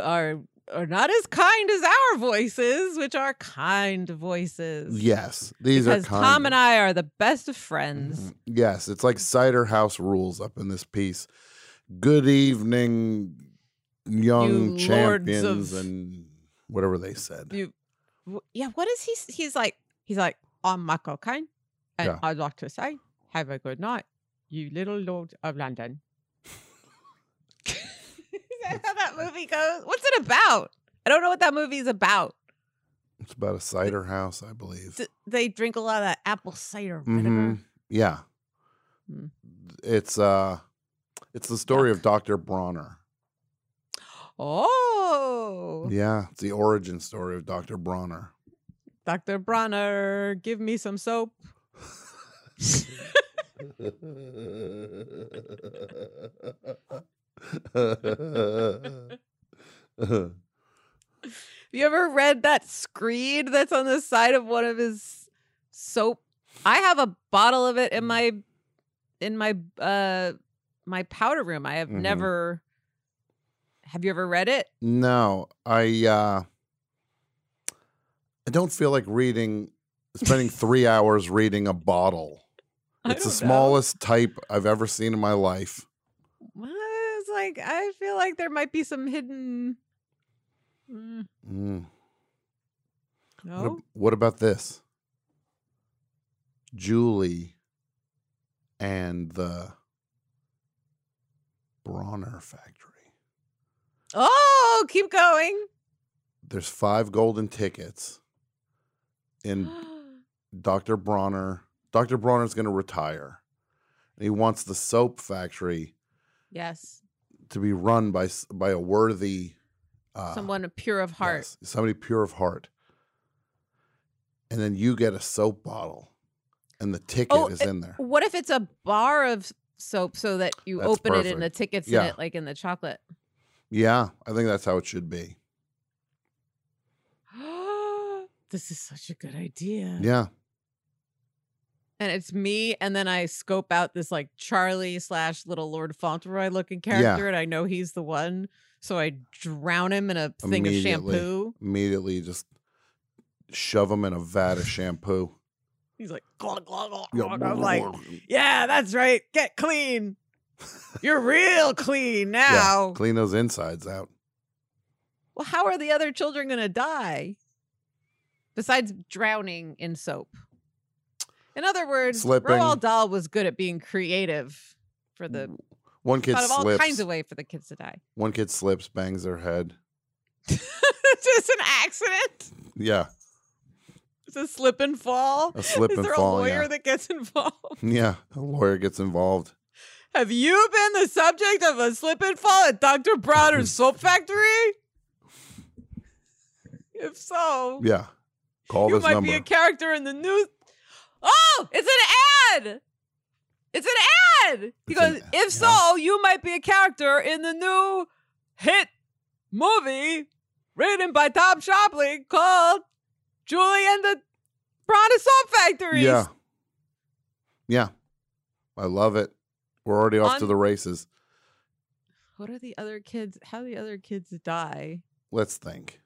are are not as kind as our voices, which are kind voices.
yes, these
Because
are kind
Tom and I are the best of friends.
Mhm. Yes, it's like cider house rules up in this piece. Good evening, young
You lords
champions,
of-
and whatever they said.
You, w- yeah. What is he? s- He's like, he's like, I'm Michael Caine, and
Yeah.
I'd like to say, have a good night, you little lord of London. is that how that movie goes? What's it about? I don't know what that movie is about.
It's about a cider house, I believe.
D- they drink a lot of that apple cider vinegar.
Mhm. Yeah,
Mm.
it's uh, it's the story of Doctor Bronner.
Oh,
Yeah, it's the origin story of Doctor Bronner.
Dr. Bronner, give me some soap. You ever read that screed that's on the side of one of his soap? I have a bottle of
Mm.
it in my in my uh my powder room. I have
Mhm.
never Have you ever read it?
No, I uh I don't feel like reading spending 3 hours reading a bottle.
I
It's the
don't know.
smallest type I've ever seen in my life.
Well, It's like I feel like there might be some hidden Mm,
Mm. What,
No.
ab- what about this? Julie and the Bronner factory.
Oh, keep going.
There's 5 golden tickets in Dr. Bronner. Dr. Bronner's going to retire. And he wants the soap factory
yes.
to be run by s- by a worthy uh,
Someone pure of heart.
yes, somebody pure of heart. And then you get a soap bottle, and the ticket
Oh,
is
it-
in there.
What if it's a bar of soap so that you
That's
open it
perfect.
and the tickets
Yeah.
in it like in the chocolate?
Yeah, I think that's how it should be.
this is such a good idea.
Yeah,
and it's me, and then I scope out this like Charlie slash little Lord Fauntleroy looking character, and I know he's the one, so I drown him in a thing of
Immediately.
shampoo.
Immediately just shove him in a vat of shampoo.
He's like, glug, glug, glug,
Yeah.
glug. I'm like, yeah, that's right, get clean. You're real clean now.
Yeah, clean those insides out.
Well, how are the other children going to die besides drowning in soap? In other words,
Slipping.
Roald Dahl was good at being creative for the
One Mm, kid
thought of all
slips.
kinds of way for the kids to die.
One kid slips, bangs their head.
Just an accident.
Yeah,
It's a slip and fall.
a slip
Is
and
there a
fall.
lawyer
yeah.
that gets involved?
yeah, a lawyer gets involved.
Have you been the subject of a slip and fall at Dr. Browder's soap factory? If so,
Yeah, call
you
this
might
number.
be a character in the news. Oh, it's an ad. It's an ad. He
It's
goes,
an ad,
if
yeah.
so, you might be a character in the new hit movie written by Tom Shopley called Julie and the Prada Soap Factory.
yeah, yeah, I love it. We're already off to
On-
the races.
What are the other kids? How do the other kids die?
Let's think.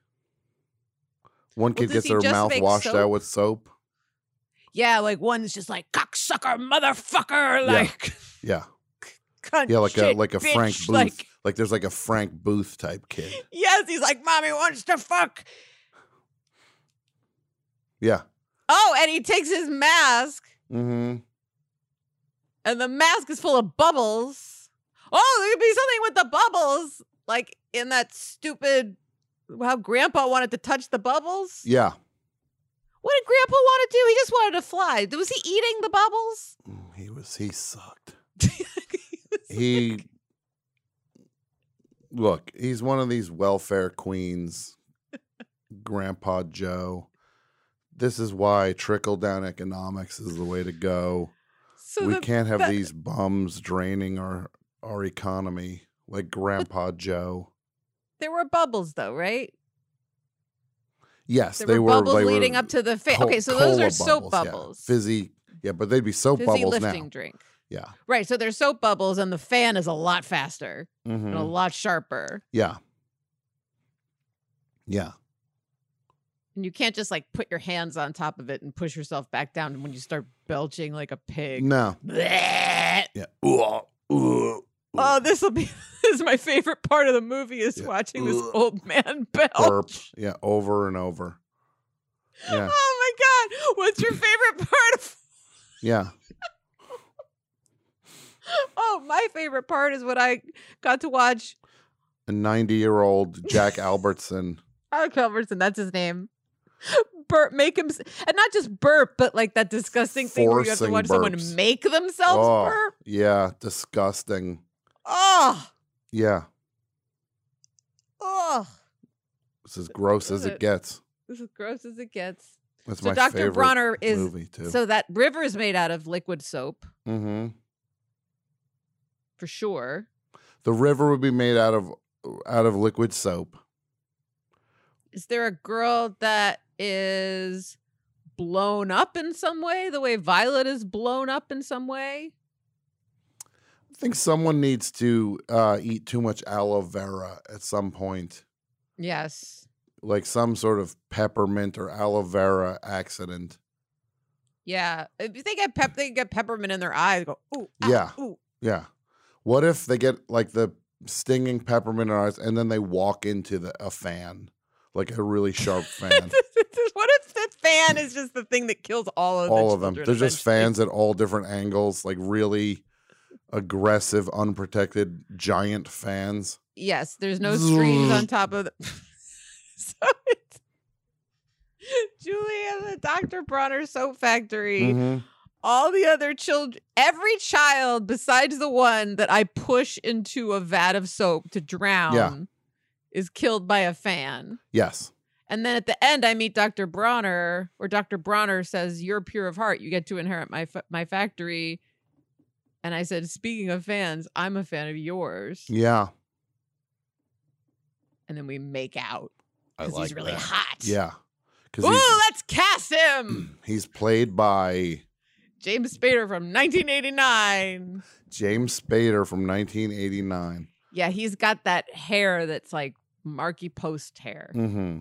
One
Well,
kid
does
gets
he
their
just
mouth
make
washed
soap?
out with soap.
Yeah, like one's just like cocksucker, motherfucker,
Yeah.
like
Yeah,
cunt,
yeah, like
shit,
a like a
bitch,
Frank Booth,
like
like there's like a Frank Booth type kid.
yes, he's like, mommy wants to fuck.
Yeah.
Oh, and he takes his mask,
Mm-hmm.
and the mask is full of bubbles. Oh, there could be something with the bubbles, like in that stupid how Grandpa wanted to touch the bubbles.
Yeah.
What did Grandpa want to do? He just wanted to fly. Was he eating the bubbles?
Mm, He was. He sucked. he look he's one of these welfare queens grandpa joe this is why trickle down economics is the way to go
so
we
the,
can't have
that-
these bums draining our our economy like grandpa joe
there were bubbles, though, right?
yes
There
they
were,
were
bubbles
they
leading
were
up to the face.
co-
Okay, so those
cola
are soap
yeah.
bubbles.
fizzy yeah but they'd be soap
Fizzy
bubbles
lifting
now
drink.
yeah
Right. So there's soap bubbles, and the fan is a lot faster
Mhm.
and a lot sharper.
yeah yeah
And you can't just like put your hands on top of it and push yourself back down when you start belching like a pig.
no
Bleh.
yeah Ooh, ooh, ooh.
Oh, this will be this is my favorite part of the movie is
Yeah.
watching this
Ugh.
old man belch.
burp. Yeah, over and over. Yeah,
Oh my god. What's your favorite part of
yeah.
Oh, my favorite part is what I got to watch
A 90 year old Jack Albertson.
Al Culberson, that's his name. Burp make him s- and not just burp, but like that disgusting thing where you have to
Forcing
watch
burps.
someone make themselves
Oh.
burp.
Yeah, disgusting.
Oh,
Yeah,
oh.
it's as gross as
Ugh.
it gets.
This is as gross as it gets.
That's
so
my
Dr.
favorite
Bronner is
movie too.
so that river is made out of liquid soap
hmm
for sure.
The river would be made out of out of liquid soap.
Is there a girl that is blown up in some way, the way Violet is blown up in some way?
I think someone needs to uh, eat too much aloe vera at some point,
Yes.
like some sort of peppermint or aloe vera accident.
Yeah. If they get pep they get peppermint in their eyes, go, ooh, ow,
Yeah.
ooh.
Yeah. What if they get like the stinging peppermint in their eyes and then they walk into the, a fan, like a really sharp fan?
what if the fan is just the thing that kills all of the
all of them.
children
They're just
eventually?
fans at all different angles, like really aggressive, unprotected, giant fans.
Yes, there's no screens on top of the. so it's Julia, the Dr. Bronner Soap Factory,
Mhm.
all the other children, every child besides the one that I push into a vat of soap to drown is killed by a fan.
Yes.
And then at the end, I meet Dr. Bronner, where Dr. Bronner says, You're pure of heart. You get to inherit my, fa- my factory. And I said, Speaking of fans, I'm a fan of yours.
Yeah.
And then we make out.
I
because he's really hot.
Yeah. Because
Ooh, let's cast him.
he's played by
James Spader from 1989.
James Spader from 1989.
Yeah, he's got that hair that's like Marky Post hair.
Mm-hmm.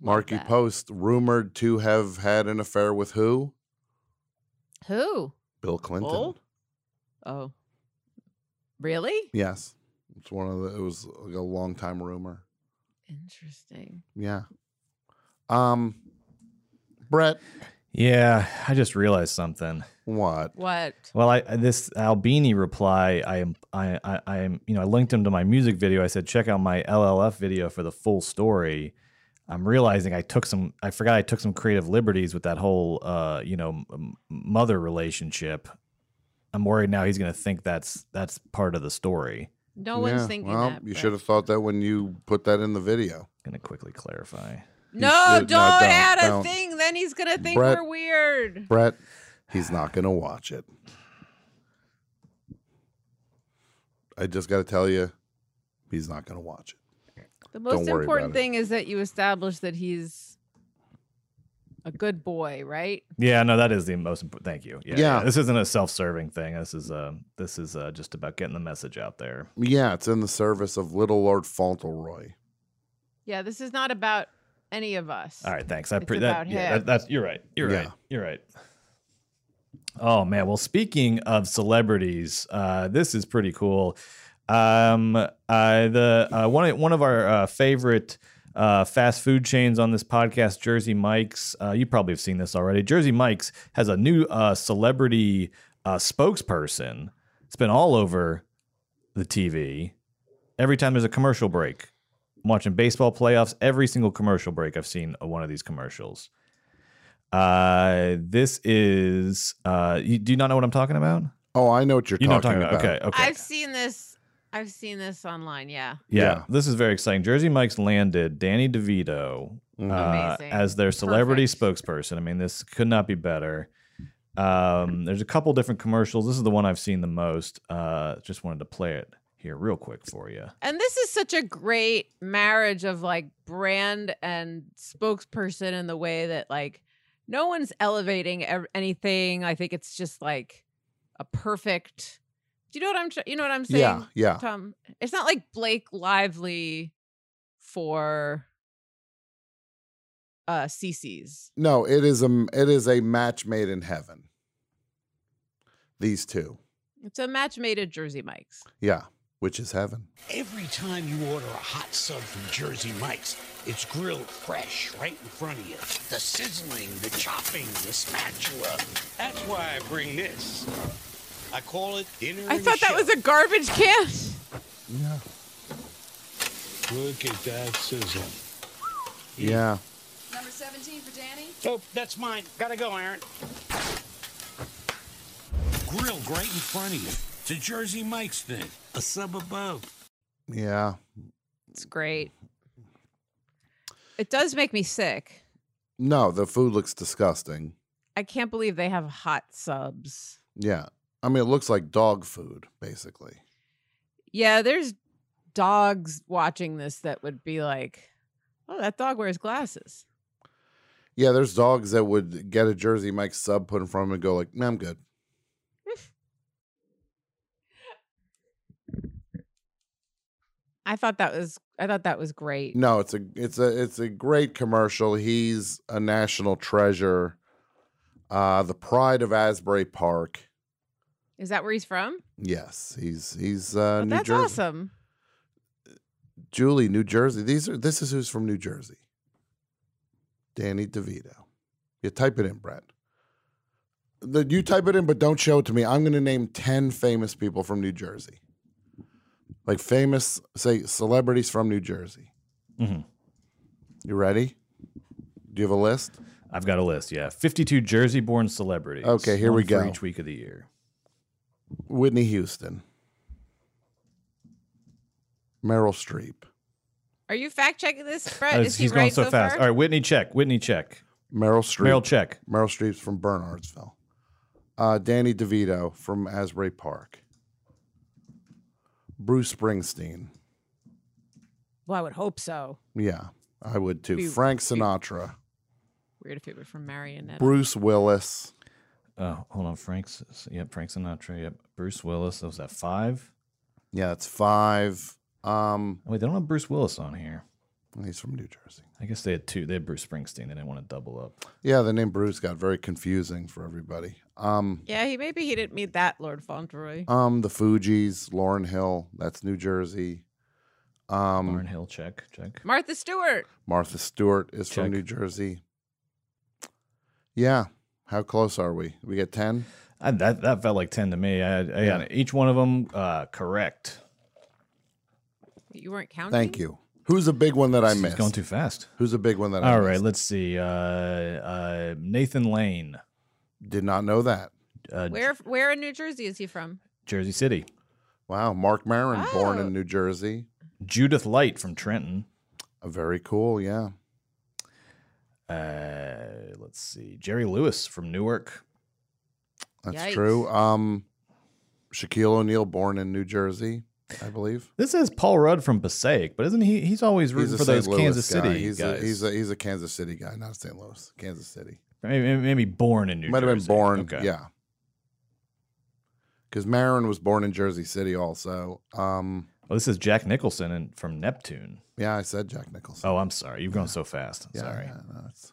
Marky
that.
Post rumored to have had an affair with who?
Who?
Bill Clinton.
Bull? Oh. Really?
Yes, it's one of the. It was like a long time rumor.
Interesting.
Yeah. Um, Brett,
Yeah, I just realized something.
what?
What?
Well, I this Albini reply, I am I, I I am you know I linked him to my music video. I said check out my LLF video for the full story. I'm realizing I took some I forgot I took some creative liberties with that whole uh you know m- mother relationship. I'm worried now he's going to think that's that's part of the story.
No
Yeah,
one's thinking
well,
that.
you
but-
should have thought that when you put that in the video.
going to quickly clarify.
No,
should-
don't,
no, don't,
add a
don't.
thing. Then he's gonna think
Brett-
we're weird.
Brett, he's not going to watch it. I just got to tell you, he's not going to watch it.
The
worry
most
about
important
it.
thing is that you establish that he's a good boy, right?
Yeah, no, that is the most important. Thank you. Yeah,
Yeah.
yeah. This isn't a self-serving thing. This is uh this is uh, just about getting the message out there.
Yeah, it's in the service of Little Lord Fauntleroy.
Yeah, this is not about any of us.
All right, thanks. I
It's
pre-
about
that, yeah,
him.
that, that's you're right. You're
Yeah.
right. You're right. Oh man, well speaking of celebrities, uh, this is pretty cool. Um, uh, the uh, one of- one of our uh, favorite uh, fast food chains on this podcast, Jersey Mike's. Uh, you probably have seen this already. Jersey Mike's has a new uh, celebrity uh, spokesperson. It's been all over the TV every time there's a commercial break. I'm watching baseball playoffs. Every single commercial break, I've seen one of these commercials. Uh, this is. Uh, you, do you not know what I'm talking about?
Oh, I know what you're
You know what I'm
talking, about.
Okay, okay.
I've seen this. I've seen this online. Yeah.
yeah,
yeah.
this is very exciting. Jersey Mike's landed Danny DeVito
Mhm.
uh,
Amazing.
as their celebrity
Perfect.
spokesperson. I mean, this could not be better. Um, there's a couple different commercials. This is the one I've seen the most. Uh, just wanted to play it here real quick for you.
And this is such a great marriage of like brand and spokesperson in the way that like no one's elevating ev- anything. I think it's just like a perfect. Do you know what I'm? Tr- you know what I'm saying?
Mm-hmm. Yeah, yeah.
Tom. It's not like Blake Lively for uh CC's.
No, it is a it is a match made in heaven. These two,
It's a match made at Jersey Mike's.
yeah, which is heaven.
Every time you order a hot sub from Jersey Mike's, it's grilled fresh right in front of you. The sizzling, the chopping, the spatula. That's why I bring this. I call it dinner.
I
in
thought that
shell.
was a garbage can.
Yeah,
Look at that sizzle.
yeah.
Number 17 for Danny.
Oh, that's mine. Gotta go, Aaron. Grilled right in front of you. It's a Jersey Mike's thing. A sub above.
Yeah.
It's great. It does make me sick.
No, the food looks disgusting.
I can't believe they have hot subs.
Yeah. I mean, it looks like dog food, basically.
Yeah, there's dogs watching this that would be like, "Oh, that dog wears glasses."
Yeah, there's dogs that would get a Jersey Mike's sub put in front of them and go like, "Nah, I'm good.
I thought that was I thought that was great.
No, it's a it's a it's a great commercial. He's a national treasure. Uh the pride of Asbury Park.
Is that where he's from?
Yes, he's he's uh
Oh,
New
that's
Jersey.
awesome.
Julie, New Jersey. These are this is who's from New Jersey. Danny DeVito. You type it in, Brett. The, you type it in, but don't show it to me. I'm going to name ten famous people from New Jersey. Like famous, say celebrities from New Jersey.
Mhm.
You ready? Do you have a list?
I've got a list. Yeah, 52 Jersey-born celebrities.
Okay, here we
one for
go.
Each week of the year.
Whitney Houston, Meryl Streep,
Are you fact checking this, Brett?
Uh,
Is he
he's
right
going so, fast.
far?
All right, Whitney check. Whitney check.
Meryl Streep,
Meryl check.
Meryl Streep's from Bernardsville. Uh, Danny DeVito from Asbury Park. Bruce Springsteen.
Well, I would hope so.
Yeah, I would too.
Be-
Frank Sinatra.
Weird if it were from Marionette.
Bruce Willis.
Oh, hold on, Frank's. Yep, Frank Sinatra. Yep, Bruce Willis. Was that five?
Yeah, it's five. Um,
Oh, wait, they don't have Bruce Willis on here.
he's from New Jersey.
I guess they had two. They had Bruce Springsteen. They didn't want to double up.
Yeah, the name Bruce got very confusing for everybody. Um,
yeah, he maybe he didn't meet that Lord Fauntleroy.
um, the Fugees, Lauren Hill. That's New Jersey. Um,
Lauren Hill, check, check.
Martha Stewart.
Martha Stewart is
Check.
from New Jersey. Yeah. How close are we? We get 10?
I, that that felt like ten to me. I, I had each one of them uh, correct.
You weren't counting.
Thank you. Who's a big one that I
It's
missed?
going too fast.
Who's a big one that I
All right,
missed?
let's see. Uh, uh, Nathan Lane,
Did not know that.
uh,
Where where in New Jersey is he from?
Jersey City.
Wow. Mark Maron, born
Oh.
in New Jersey.
Judith Light from Trenton.
Uh, Very cool. Yeah.
Uh, let's see. Jerry Lewis from Newark.
That's
Yikes.
true. Um, Shaquille O'Neal, born in New Jersey, I believe.
This is Paul Rudd from Passaic, but isn't he? He's always
He's
rooting
a
for those
St. Louis
Kansas
guy.
City
he's
guys.
A, he's, a, he's a Kansas City guy, not St. Louis. Kansas City.
maybe, maybe born in New
Might
Jersey.
have been born.
Okay.
Yeah. Because Marin was born in Jersey City also. Um,
Well, this is Jack Nicholson in, from Neptune.
yeah, I said Jack Nicholson.
Oh, I'm sorry. You've gone so fast.
yeah,
sorry.
yeah, no, it's-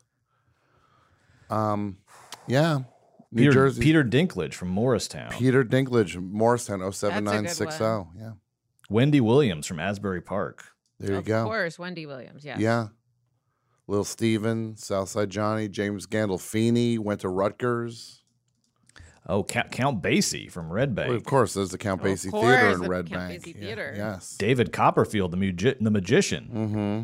um, yeah. New
Peter,
Jersey.
Peter Dinklage from Morristown.
Peter Dinklage, oh Morristown,
That's
07960.
a good
oh. Yeah.
Wendy Williams from Asbury Park.
There you
of
go.
course, Wendy Williams. Yeah.
Yeah. Little Steven, Southside Johnny, James Gandolfini went to Rutgers.
Oh, Ca- Count Basie from Red Bank.
Well, of course, there's the Count
Of
Basie Theater
course,
in
the
Red
Count
Bank.
Basie
Yeah,
Theater.
Yes.
David Copperfield, the, mugi- the magician.
Mm-hmm.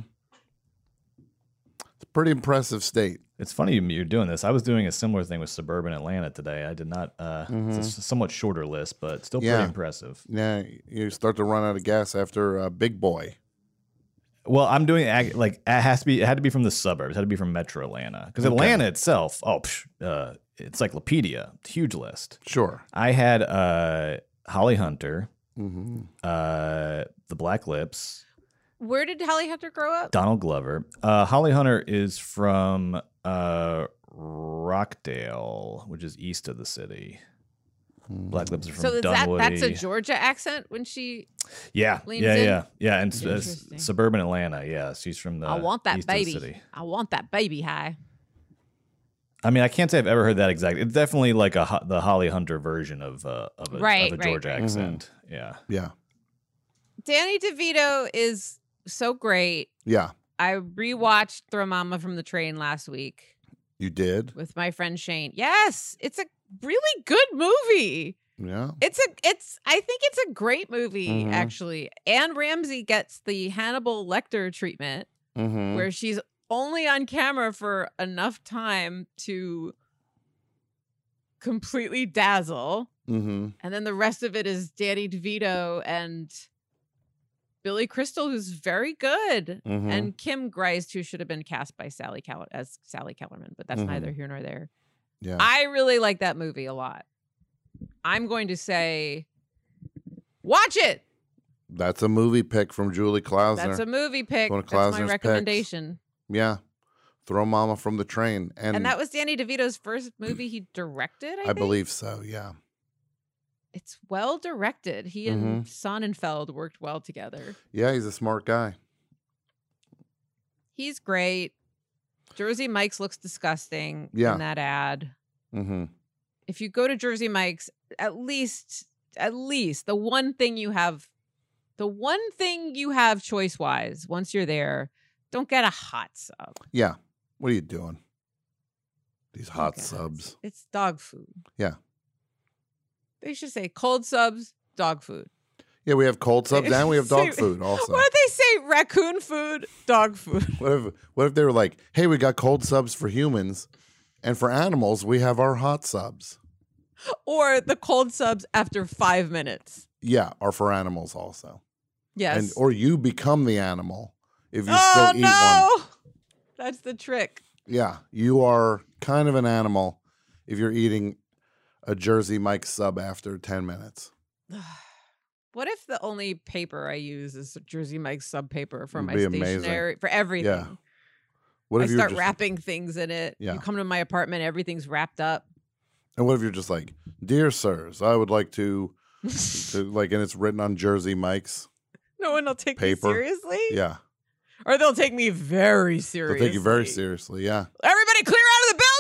It's a pretty impressive state.
It's funny you- you're doing this. I was doing a similar thing with suburban Atlanta today. I did not. Uh, It's a s- somewhat shorter list, but still
Mm-hmm. Yeah.
pretty impressive.
Yeah, you start to run out of gas after uh, Big Boy.
Well, I'm doing ag- like it has to be. It had to be from the suburbs. It had to be from Metro Atlanta because Atlanta itself. Oh, psh, uh, it's like Lapedia, huge list.
Sure.
I had uh, Holly Hunter,
Mm-hmm.
uh, the Black Lips,
Where did Holly Hunter grow up?
Donald Glover. Uh, Holly Hunter is from uh, Rockdale, which is east of the city.
Mm-hmm.
Black Lips are from
So is that
Dunwoody.
that's a Georgia accent when she
Yeah,
leans
yeah,
in.
yeah, yeah, and s- uh, s-
Interesting.
suburban Atlanta. Yeah, she's from the.
I want that
east of the
baby.
Uh, city.
I want that baby high.
I mean, I can't say I've ever heard that exact. It's definitely like a ho- the Holly Hunter version of uh, of a,
Right,
of a
right,
Georgia
right.
accent. Yeah,
Yeah.
Danny DeVito is so great.
Yeah.
I rewatched Throw Mama from the Train last week
You did.
with my friend Shane. Yes, it's a really good movie.
Yeah.
It's a it's I think it's a great movie
Mm-hmm.
Mhm.
actually. Anne Ramsey gets the Hannibal Lecter treatment
Mm.
Mm-hmm.
where she's only on camera for enough time to completely dazzle.
mm-hmm.
And then the rest of it is Danny DeVito and Billy Crystal, who's very good,
Mhm.
and Kim Greist, who should have been cast by Sally Call- as Sally Kellerman, but that's
Mhm.
neither here nor there.
Yeah.
I really like that movie a lot. I'm going to say, watch it.
That's a movie pick from Julie Klausner.
That's a movie pick.
One of
That's my
Klausner's picks.
recommendation.
yeah. Throw Mama from the train. And,
And, that was Danny DeVito's first movie he directed. I,
I
think.
believe so. Yeah.
it's well directed. He and
Mm-hmm.
Sonnenfeld worked well together.
Yeah, he's a smart guy.
He's great. Jersey Mike's looks disgusting
Yeah.
in that ad.
Mm-hmm.
If you go to Jersey Mike's, at least at least the one thing you have the one thing you have choice wise once you're there, don't get a hot sub.
Yeah. What are you doing? These hot
Okay.
subs.
It's dog food.
Yeah.
They should say cold subs, dog food.
Yeah, we have cold subs and we have dog
Say-
food also.
Why do they say raccoon food, dog food?
What if what if they were like, "Hey, we got cold subs for humans, and for animals we have our hot subs."
Or the cold subs after five minutes.
Yeah, are for animals also.
Yes.
And or you become the animal if you
oh
still eat
no!
one.
That's the trick.
Yeah, you are kind of an animal if you're eating a Jersey Mike sub after 10 minutes.
What if the only paper I use is Jersey Mike's sub paper for
Would
my
be amazing.
stationery for everything?
What
I
if you were
start
just-
wrapping things in it.
Yeah.
You come to my apartment, everything's wrapped up.
And what if you're just like, dear sirs, I would like to, to like, and it's written on Jersey Mike's.
No one will take
Paper.
me seriously.
Yeah,
Or they'll take me very
they'll
seriously.
take you very seriously. Yeah,
Everybody clear out of the building!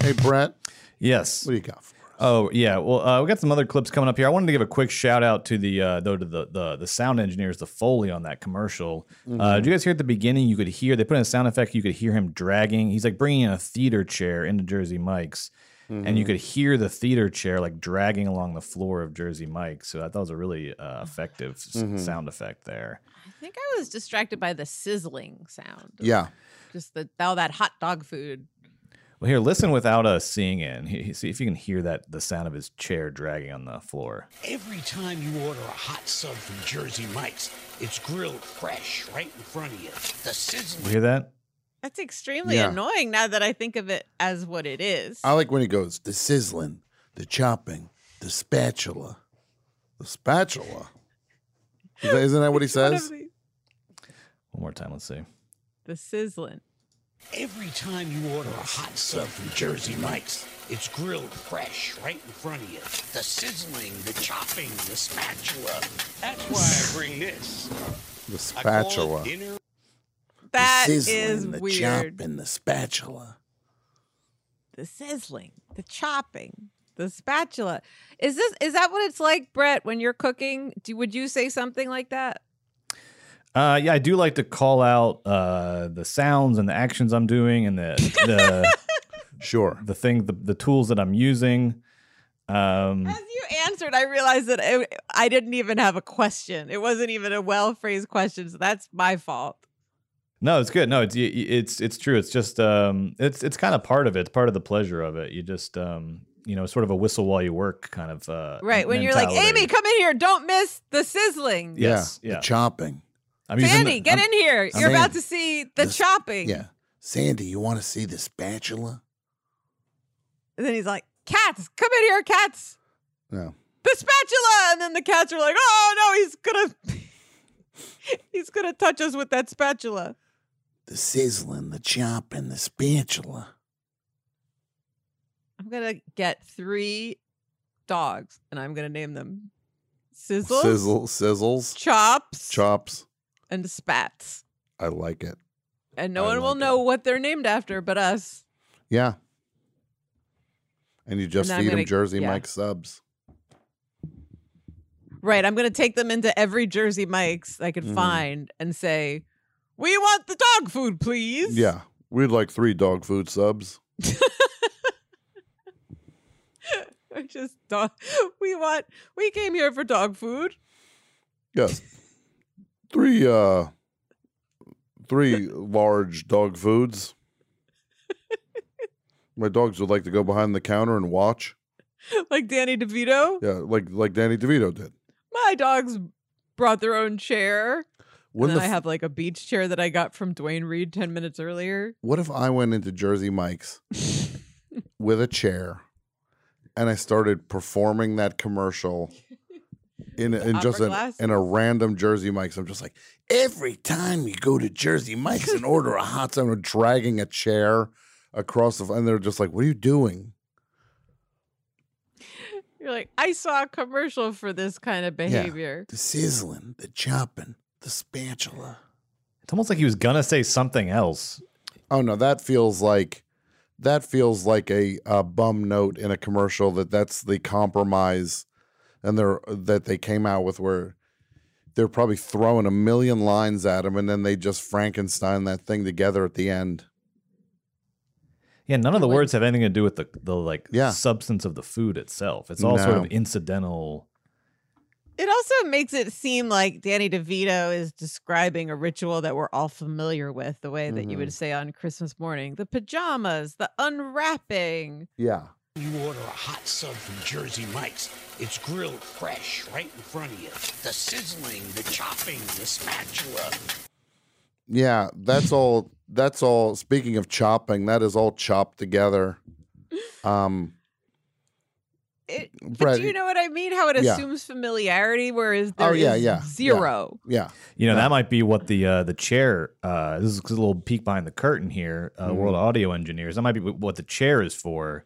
Hey, Brett,
Yes.
what do you got for us?
Oh yeah, well uh, we got some other clips coming up here. I wanted to give a quick shout out to the uh, though to the, the the sound engineers, the foley on that commercial. Uh, did you guys hear at the beginning? You could hear they put in a sound effect. You could hear him dragging. He's like bringing in a theater chair into Jersey Mike's, and you could hear the theater chair like dragging along the floor of Jersey Mike's. So I thought it was a really uh, effective s- sound effect there.
I think I was distracted by the sizzling sound.
Yeah,
Just the all that hot dog food.
Well, here, listen without us seeing it. And he, he- see if you can hear that the sound of his chair dragging on the floor.
Every time you order a hot sub from Jersey Mike's, it's grilled fresh right in front of you. The
You
sizzling.
hear that?
That's extremely
Yeah.
annoying now that I think of it as what it is.
I like when he goes the sizzling, the chopping, the spatula, the spatula. Is that- Isn't that what he
One of
says?
the-
One more time. Let's see.
the sizzling.
Every time you order a hot sub from Jersey Mike's, it's grilled fresh right in front of you. The sizzling, the chopping, the spatula. That's why I bring this.
The
I call it
spatula.
inner
That is
sizzling, the
weird.
chopping, the spatula.
the sizzling, the chopping, the spatula. Is this is that what it's like, Brett, when you're cooking? Do, would you say something like that?
Uh, yeah, I do like to call out uh, the sounds and the actions I'm doing and the the,
Sure.
the thing the, the tools that I'm using. Um,
As you answered, I realized that I, I didn't even have a question. It wasn't even a well phrased question, so that's my fault.
no, it's good. No, it's y- y- it's it's true. It's just um, it's it's kind of part of it. It's part of the pleasure of it. You just um, you know, sort of a whistle while you work kind of uh,
Right when you're like,
mentality.
Amy, come in here. Don't miss the sizzling.
Yes,
yeah.
yeah.
The chopping.
I'm using
Fanny,
the-
get
I'm-
in here.
I'm
You're about
in.
to see the
This-
chopping.
Yeah. Sandy, you want to see the spatula?
And then he's like, cats, come in here, cats.
No.
The spatula. And then the cats are like, oh no, he's gonna he's gonna touch us with that spatula.
The sizzling, the chopping, the spatula.
I'm gonna get three dogs and I'm gonna name them Sizzle,
Sizzle, sizzles,
Chops,
chops.
and Spats.
I like it.
And no
I
one will
like
know
it.
what they're named after but us.
Yeah. And you just
then
feed
I'm
'em feed
gonna-
them Jersey
yeah.
Mike subs.
Right. I'm going to take them into every Jersey Mike's I could
Mhm.
find and say, We want the dog food, please.
Yeah. We'd like three dog food subs.
Or Just dog. We want, we came here for dog food.
Yes. three uh three large dog foods. My dogs would like to go behind the counter and watch.
Like Danny DeVito.
Yeah, like like Danny DeVito did.
My dogs brought their own chair.
When
and
the
then I
f-
have like a beach chair that I got from Dwayne Reed 10 minutes earlier.
What if I went into Jersey Mike's with a chair and I started performing that commercial in, in
opera
just an,
glasses.
in a random Jersey Mike's? I'm just like, every time you go to Jersey Mike's and order a hot dog, I'm dragging a chair across the, and they're just like, what are you doing?
You're like, I saw a commercial for this kind of behavior.
The sizzling, the chopping, the spatula.
It's almost like he was gonna say something else.
Oh no, that feels like that feels like a, a bum note in a commercial that that's the compromise and they're that they came out with where they're probably throwing a million lines at him and then they just Frankenstein that thing together at the end.
Yeah, none of the words have anything to do with the the like
Yeah.
substance of the food itself. It's all sort
No.
of incidental.
It also makes it seem like Danny DeVito is describing a ritual that we're all familiar with, the way that you
Mm-hmm.
would say on Christmas morning the pajamas, the unwrapping.
Yeah.
You order a hot sub from Jersey Mike's. It's grilled fresh right in front of you. The sizzling, the chopping, the spatula.
Yeah, that's all that's all speaking of chopping, that is all chopped together. Um
It, but
Brad,
do you know what I mean? How it
yeah.
assumes familiarity, whereas
Oh,
there is
yeah, yeah, yeah.
zero.
Yeah.
You know, that might be what the uh, the chair. Uh, this is a little peek behind the curtain here. Uh,
Mm-hmm.
World audio engineers. That might be wh- what the chair is for.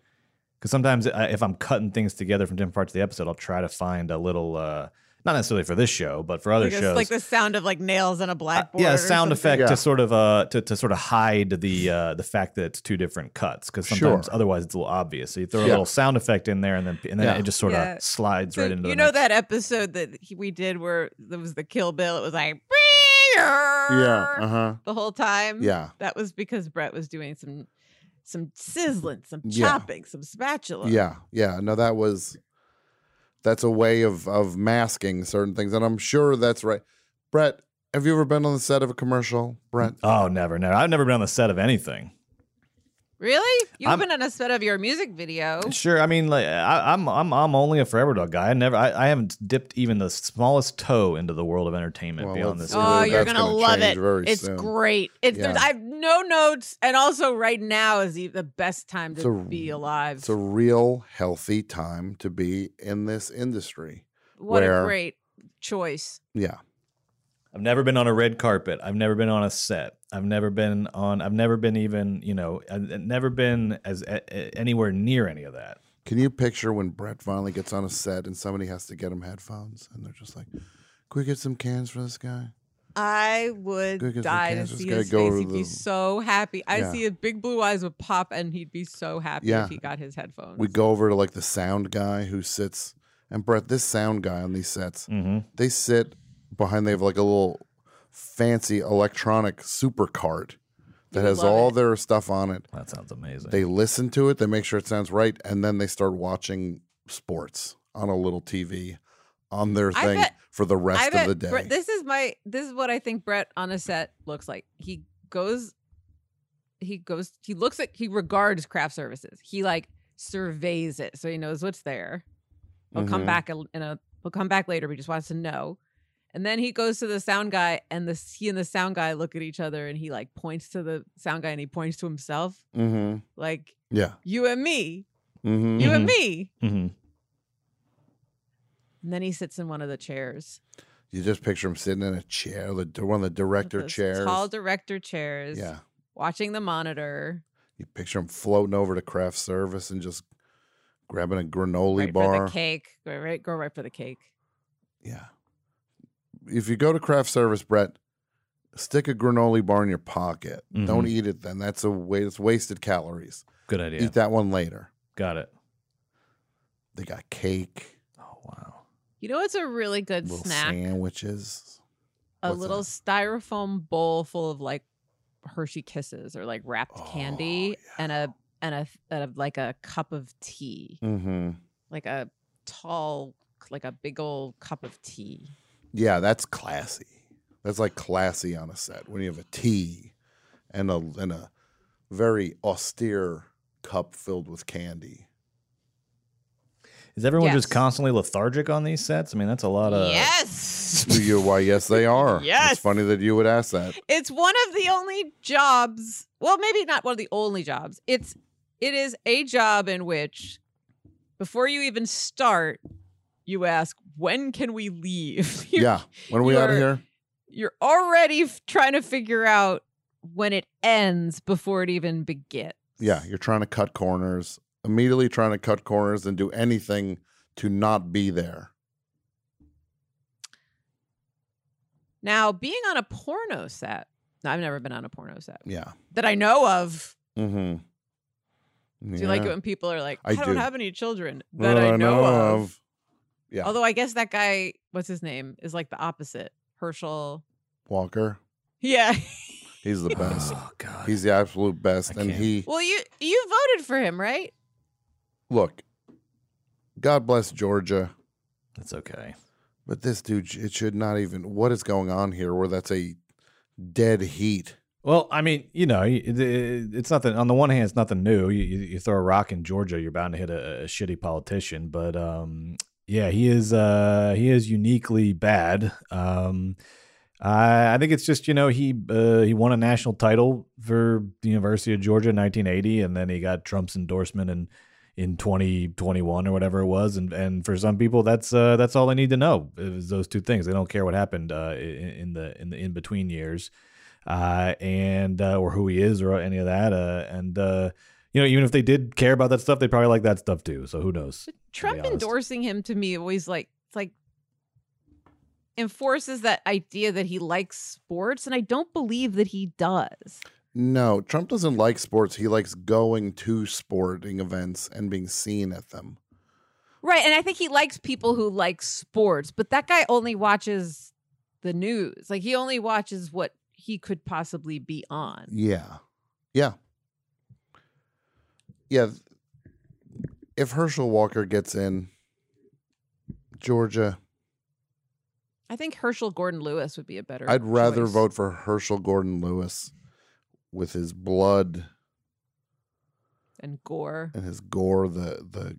Because sometimes I, if I'm cutting things together from different parts of the episode, I'll try to find a little. Uh, not necessarily for this show, but for other
Like, it's
shows. Uh,
like the sound of like nails on a blackboard.
yeah,
or
a sound
something.
effect
Yeah.
to sort of uh to, to sort of hide the uh the fact that it's two different cuts because sometimes
Sure.
otherwise it's a little obvious. So you throw a
Yeah.
little sound effect in there and then and then
Yeah.
it just sort of
Yeah.
slides
So
right into
you
the
know
next-
that episode that he- we did where there was the Kill Bill. It was like
Yeah. Uh huh.
the whole time.
Yeah.
that was because Brett was doing some some sizzling, some
Yeah.
chopping, some spatula.
Yeah. Yeah. No, that was that's a way of of masking certain things, and I'm sure that's right. Brett, have you ever been on the set of a commercial? Brett,
Oh, never, never. I've never been on the set of anything.
really? You've
I'm-
been on a set of your music video.
Sure, I mean, like I, I'm, I'm, I'm only a Forever Dog guy. I never, I, I haven't dipped even the smallest toe into the world of entertainment
Well,
beyond
let's
this.
see what
Oh,
That's
you're gonna,
gonna
love
change
it!
very
It's
soon.
great. It's there's
Yeah.
I've no notes, and also right now is the- the best time to
It's a-
be alive.
it's a real healthy time to be in this industry.
what a
where-
great choice!
Yeah.
Oh.
I've never been on a red carpet. I've never been on a set. I've never been on. I've never been even, you know, I've never been as a, a- anywhere near any of that.
Can you picture when Brett finally gets on a set and somebody has to get him headphones, and they're just like, "Can we get some cans for this guy?"
I would
Good, 'cause the
die to
cancer's
see
gotta
his
go
face.
to
He'd be
the-
so happy. I
Yeah.
see his big blue eyes would pop, and he'd be so happy
Yeah.
if he got his headphones.
We go over to like the sound guy who sits, and Brett, this sound guy on these sets, they sit behind. They have like a little fancy electronic super cart that has all their stuff on it.
That sounds amazing.
They listen to it, they make sure it sounds right, and then they start watching sports on a little TV on their
I
thing
bet-
for the rest
I
of
bet
the day.
Brett, this is my this is what I think Brett on a set looks like. He goes, he goes, he looks at he regards craft services. He like surveys it so he knows what's there. He'll come
Mhm.
back in in a he'll come back later, but he just wants to know. And then he goes to the sound guy, and the he and the sound guy look at each other, and he like points to the sound guy, and he points to himself,
mm-hmm.
like
Yeah.
you and me,
Mm-hmm.
you and me.
Mhm.
And then he sits in one of the chairs,
You just picture him sitting in a chair, the one of the director
those
chairs.
tall director chairs,
yeah.
watching the monitor.
You picture him floating over to craft service and just grabbing a granola
right
bar.
for the cake. Go right, go right for the cake.
Yeah. If you go to craft service, Brett, stick a granola bar in your pocket. Don't
Mm-hmm.
eat it then. That's a wa- it's wasted calories.
Good idea.
Eat that one later.
Got it.
They got cake,
Oh wow.
You know, it's a really good
little
snack.
sandwiches.
a
what's
little
that?
styrofoam bowl full of like Hershey Kisses or like wrapped
Oh,
candy, and a and a, and a like a cup of tea,
Mm-hmm.
like a tall, like a big old cup of tea.
Yeah, that's classy. That's like classy on a set when you have a tea and a and a very austere cup filled with candy.
Is everyone
Yes.
just constantly lethargic on these sets? I mean, that's a lot of.
yes,
Do you? Why? Yes, they are.
E Yes.
It's funny that you would ask that.
it's one of the only jobs well maybe not one of the only jobs it's it is a job in which before you even start you ask when can we leave You're-
yeah. When are we out of
you're-
here?
you're already f- trying to figure out when it ends before it even begins
Yeah, you're trying to cut corners. Immediately trying to cut corners and do anything to not be there.
now being on a porno set no, i've never been on a porno set
Yeah.
that i know of
Mm-hmm.
do you like it when people are like i,
I
don't
do.
have any children that i know, of.
Yeah.
Although I guess that guy, what's his name, is like the opposite. Herschel.
Walker,
Yeah.
he's the best.
Oh god.
he's the absolute best,
I
and
can't.
he.
Well, you you voted for him, right?
look, God bless Georgia,
That's okay.
but this dude, it should not even. What is going on here? Where that's a dead heat.
Well, I mean, you know, it, it, it's nothing. On the one hand, it's nothing new. You, you, you throw a rock in Georgia, you're bound to hit a, a shitty politician. But um, yeah, he is uh, he is uniquely bad. Um, I, I think it's just you know he uh, he won a national title for the University of Georgia in 1980, and then he got Trump's endorsement in in 2021 or whatever it was and and for some people that's uh, that's all they need to know is those two things they don't care what happened uh, in, in the in the in between years uh, and uh, or who he is or any of that uh, and uh, you know even if they did care about that stuff they probably like that stuff too so who knows
Trump
honest.
endorsing him to me always like it's like enforces that idea that he likes sports, and I don't believe that he does.
No, Trump doesn't like sports. He likes going to sporting events and being seen at them.
Right, and I think he likes people who like sports, but that guy only watches the news. Like he only watches what he could possibly be on.
Yeah. Yeah. Yeah. th- If Herschel Walker gets in, Georgia,
I think Herschel Gordon Lewis would be a better.
I'd rather
choice.
vote for Herschel Gordon Lewis with his blood
and Gore.
and his gore, the the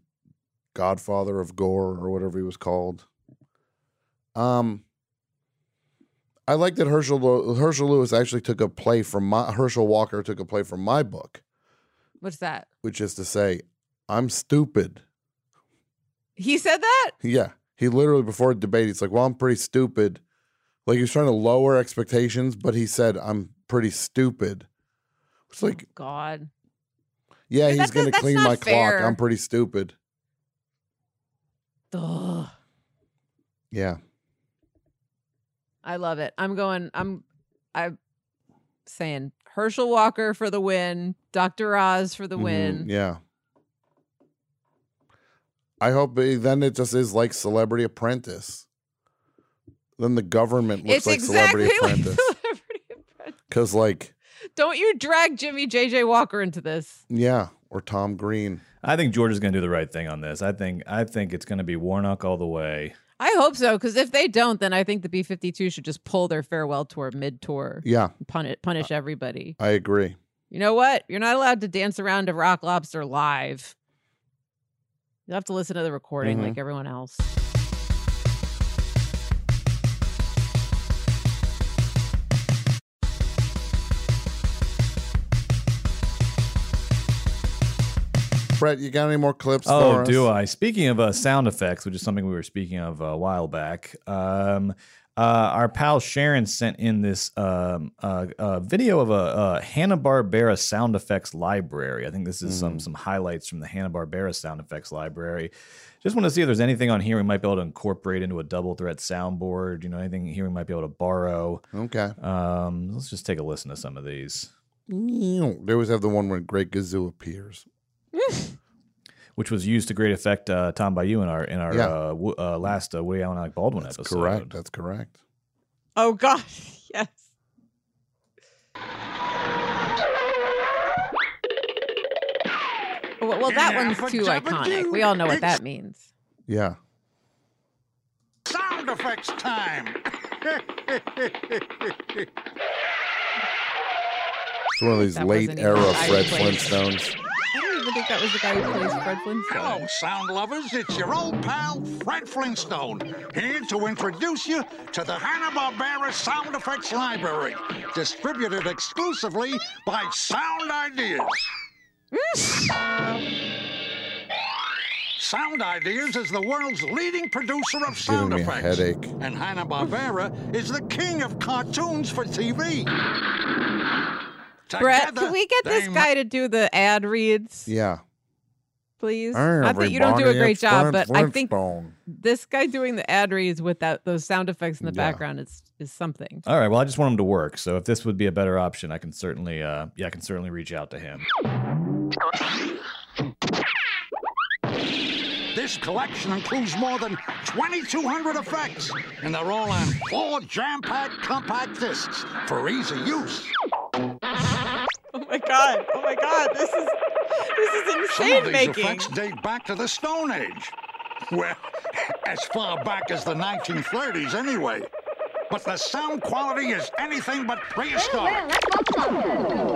godfather of gore or whatever he was called. Um I like that Herschel Lew- Herschel Lewis actually took a play from my Herschel Walker took a play from my book,
What's that?
which is to say, I'm stupid.
He said that.
Yeah. He literally before the debate, he's like, Well, I'm pretty stupid. Like he was trying to lower expectations, but he said, I'm pretty stupid. It's like,
Oh God.
yeah,
Yeah,
he's
that's-
gonna
that's
clean
not
my
fair.
clock. I'm pretty stupid.
Ugh.
Yeah.
I love it. I'm going. I'm. I'm saying Herschel Walker for the win. Dr. Oz for the
Mhm,
win.
Yeah. I hope it, then it just is like Celebrity Apprentice. Then the government
It's
looks like
exactly
Celebrity
like
Apprentice
Celebrity Apprentice.
because, like,
Don't you drag Jimmy J.J. Walker into this?
yeah, or Tom Green.
i think george is going to do the right thing on this i think i think it's going to be warnock all the way
I hope so, because if they don't, then I think the B52 should just pull their farewell tour mid tour.
Yeah, Uh,
Punish, punish everybody.
I agree.
You know what? You're not allowed to dance around to Rock Lobster live. You'll have to listen to the recording
Mhm.
like everyone else.
Brett, you got any more clips? for
Oh,
us?
do I? Speaking of uh, sound effects, which is something we were speaking of uh, a while back, um, uh, our pal Sharon sent in this um, uh, uh, video of a, uh Hanna Barbera sound effects library. I think this is
Mm.
some some highlights from the Hanna Barbera sound effects library. Just want to see if there's anything on here we might be able to incorporate into a double threat soundboard. You know, anything here we might be able to borrow.
Okay.
Um, let's just take a listen to some of these.
They always have the one when Great Gazoo appears.
Which was used to great effect, uh, Tom, by you in our in our
Yeah.
uh, wo- uh, last uh, Woody Allen Alec Baldwin
That's
episode.
correct. That's correct.
Oh, God. Yes. Well, well, that one's too iconic. We all know what that means.
Yeah.
Sound effects time.
It's one of these
That
late
wasn't even
era
what I
Fred
played.
Flintstones.
I don't even think that was the guy who plays Fred
Hello,
Flintstone.
sound lovers. It's your old pal, Fred Flintstone, here to introduce you to the Hanna-Barbera Sound Effects Library, distributed exclusively by Sound Ideas. Sound Ideas is the world's leading producer of sound
me a
effects.
headache.
And Hanna-Barbera is the king of cartoons for TV.
Brett,
Together,
can we get this
they
guy to do the ad reads,
Yeah.
please? I think you don't do a
Everybody,
great
it's
job,
Fred
but I think
Flintstone.
this guy doing the ad reads with that those sound effects in the
Yeah.
background is is something.
All right. Well, I just want him to work. So if this would be a better option, I can certainly, uh, yeah, I can certainly reach out to him.
This collection includes more than 2,200 effects, and they're all on four jam-packed compact discs for easy use.
Oh my god! Oh my god! This is this is
Some of these effects date back to the Stone Age. Well, as far back as the 1930s, anyway. But the sound quality is anything but
Well, well,
prehistoric.
that's lots of long time ago,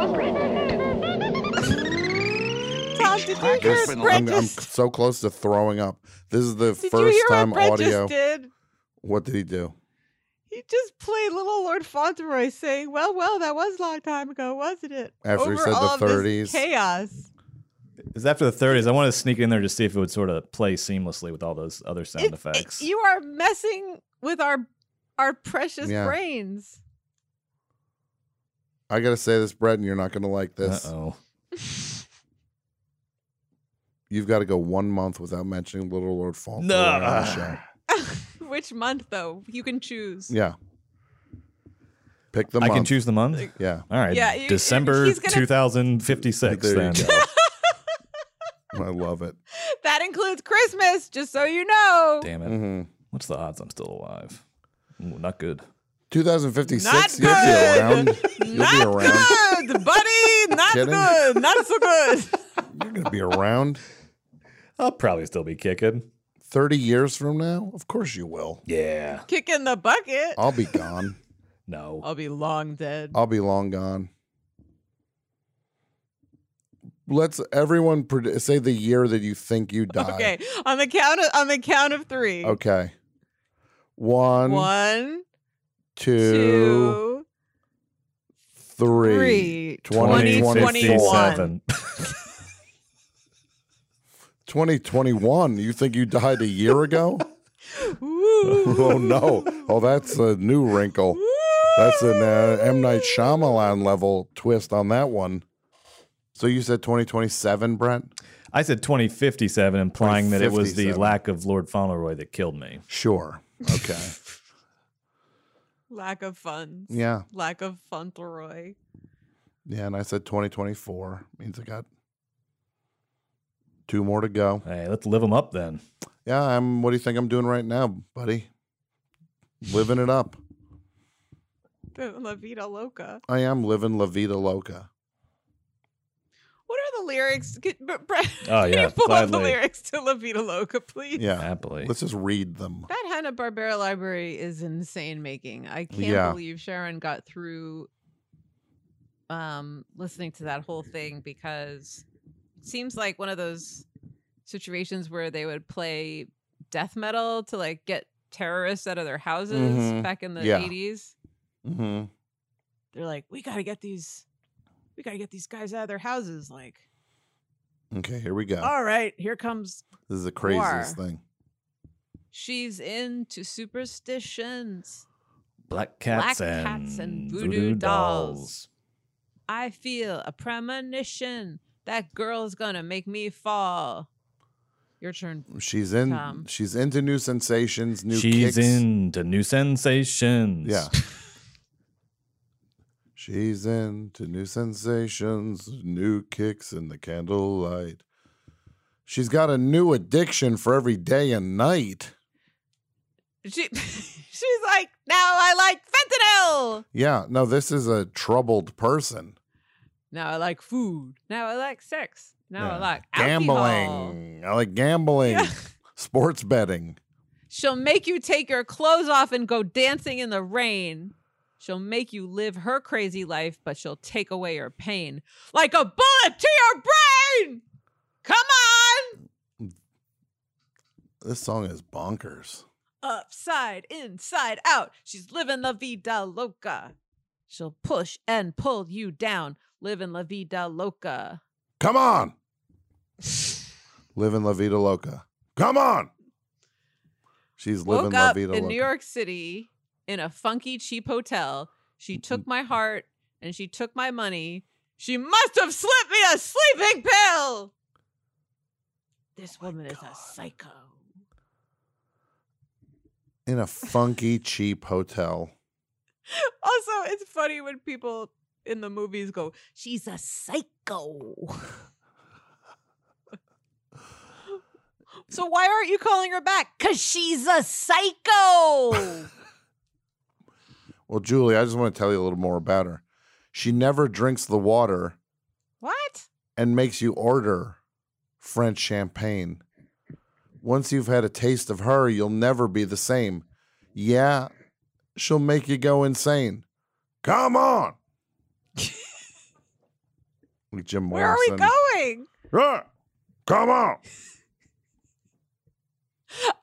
wasn't it?
Tom, did you
Crack
hear
has
what
been
Brett
I'm, I'm
just?
so close to throwing up. This is the
Did you
first
hear
time
what Brett
audio.
just did?
What did he do?
He just played Little Lord Fauntleroy saying, "Well, well, that was a long time ago, wasn't it?"
After he
Over
said the
all of this
30s.
chaos.
Because after the 30s, I wanted to sneak in there to see if it would sort of play seamlessly with all those other sound
It- it-
effects.
you are messing with our our precious
Yeah.
brains.
I gotta say this, Brett, and you're not gonna like this.
Uh-oh.
You've got to go one month without mentioning Little Lord Fauntleroy
No.
on the show.
Which month though? You can choose.
Yeah, pick the
I
month.
can choose the month?
Yeah,
All right.
Yeah, you-
December
he's gonna-
2056
there
then.
you go. I love it.
That includes Christmas, just so you know.
Damn it.
hmm
What's the odds I'm still alive? Ooh, not good.
Not
2056. You'll
good.
be around. You'll be
Not
around.
good, buddy. Not
Kidding?
good. Not so good.
You're gonna be around.
I'll probably still be kicking.
30 years from now? Of course you will.
Yeah.
Kick in the bucket.
I'll be gone.
No.
I'll be long dead.
I'll be long gone. Let's everyone pred- say the year that you think you die.
Okay, on the count of on the count of three.
Okay. Oh, One,
One,
two,
two,
three.
three.
2021.
2057.
2021. You think you died a year ago?
Ooh.
oh, no. Oh, that's a new wrinkle. That's an uh, M. Night Shyamalan level twist on that one. So you said 2027, Brent?
I said 2057, implying that it was the
2057.
lack of Lord Fauntleroy that killed me.
Sure. Okay.
Lack of funds.
yeah.
Lack of Fauntleroy.
Yeah, and I said 2024 means I got two more to go.
Hey, let's live him up then.
Yeah, I'm. What do you think I'm doing right now, buddy? Living it up.
The La Vida Loca.
I am living La Vida Loca.
What are the lyrics? Could, but, Brett,
Oh,
can
yeah,
you pull up the
gladly.
lyrics to La Vida Loca, please?
Yeah,
Happily.
let's just read them.
That Hanna Barbera library is insane making. I can't
Yeah.
believe Sharon got through um listening to that whole thing because it seems like one of those situations where they would play death metal to like get terrorists out of their houses
Mhm.
back in the
Yeah.
80s.
hmm
They're like, we gotta get these we gotta get these guys out of their houses. Like,
Okay, here we go.
all right, here comes
This is the craziest thing.
she's into superstitions.
Black cats,
Black
and,
cats and voodoo dolls. I feel a premonition. That girl's gonna make me fall. Your turn.
She's in.
Tom.
She's into new sensations, new
She's
kicks.
into new sensations.
Yeah. She's into new sensations, new kicks in the candlelight. She's got a new addiction for every day and night.
She, she's like, now I like fentanyl.
Yeah, no, this is a troubled person.
Now I like food. Now I like sex. Now I
Yeah.
like alcohol.
Gambling. I like gambling.
Yeah.
Sports betting.
She'll make you take your clothes off and go dancing in the rain. She'll make you live her crazy life, but she'll take away your pain like a bullet to your brain. Come on.
This song is bonkers.
upside, inside out. She's living la vida loca. She'll push and pull you down. Living la vida loca.
Come on. living La Vida Loca. Come on. She's living
Woke
La
up
Vida
in
Loca.
New York City in a funky, cheap hotel. She
Mm-hmm.
took my heart and she took my money. She must have slipped me a sleeping pill. This
Oh
woman is a psycho.
In a funky, cheap hotel.
Also, it's funny when people in the movies go, "She's a psycho." so why aren't you calling her back? Cause she's a psycho.
Well, Julie, I just want to tell you a little more about her. She never drinks the water
what?
and makes you order French champagne. Once you've had a taste of her, you'll never be the same. Yeah, she'll make you go insane. Come on. Like Jim
Where are we
Morrison.
going?
Yeah, come on.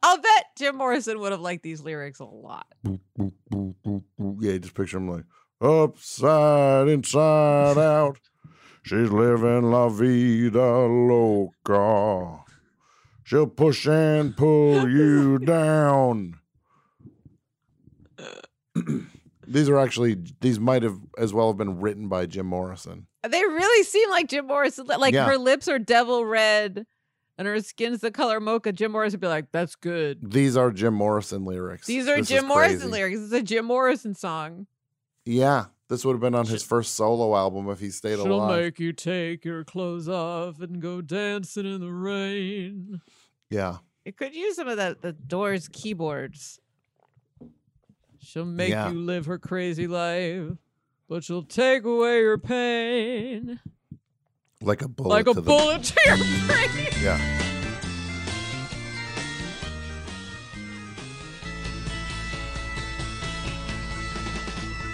I'll bet Jim Morrison would have liked these lyrics a lot.
Yeah, just picture him like upside, inside out. She's living la vida loca. She'll push and pull you down. these are actually these might have as well have been written by Jim Morrison.
They really seem like Jim Morrison. li- Like
Yeah.
her lips are devil red and her skin's the color mocha. Jim Morrison would be like, that's good.
These are Jim Morrison lyrics.
These are
This is
Jim Morrison
crazy.
lyrics. It's a Jim Morrison song.
Yeah, this would have been on his first solo album if he stayed
She'll
alive.
make you take your clothes off and go dancing in the rain.
yeah,
It could use some of that the Doors keyboards. She'll make
Yeah.
you live her crazy life, but she'll take away your pain
like a bullet.
like a
to the-
bullet to your brain.
Yeah,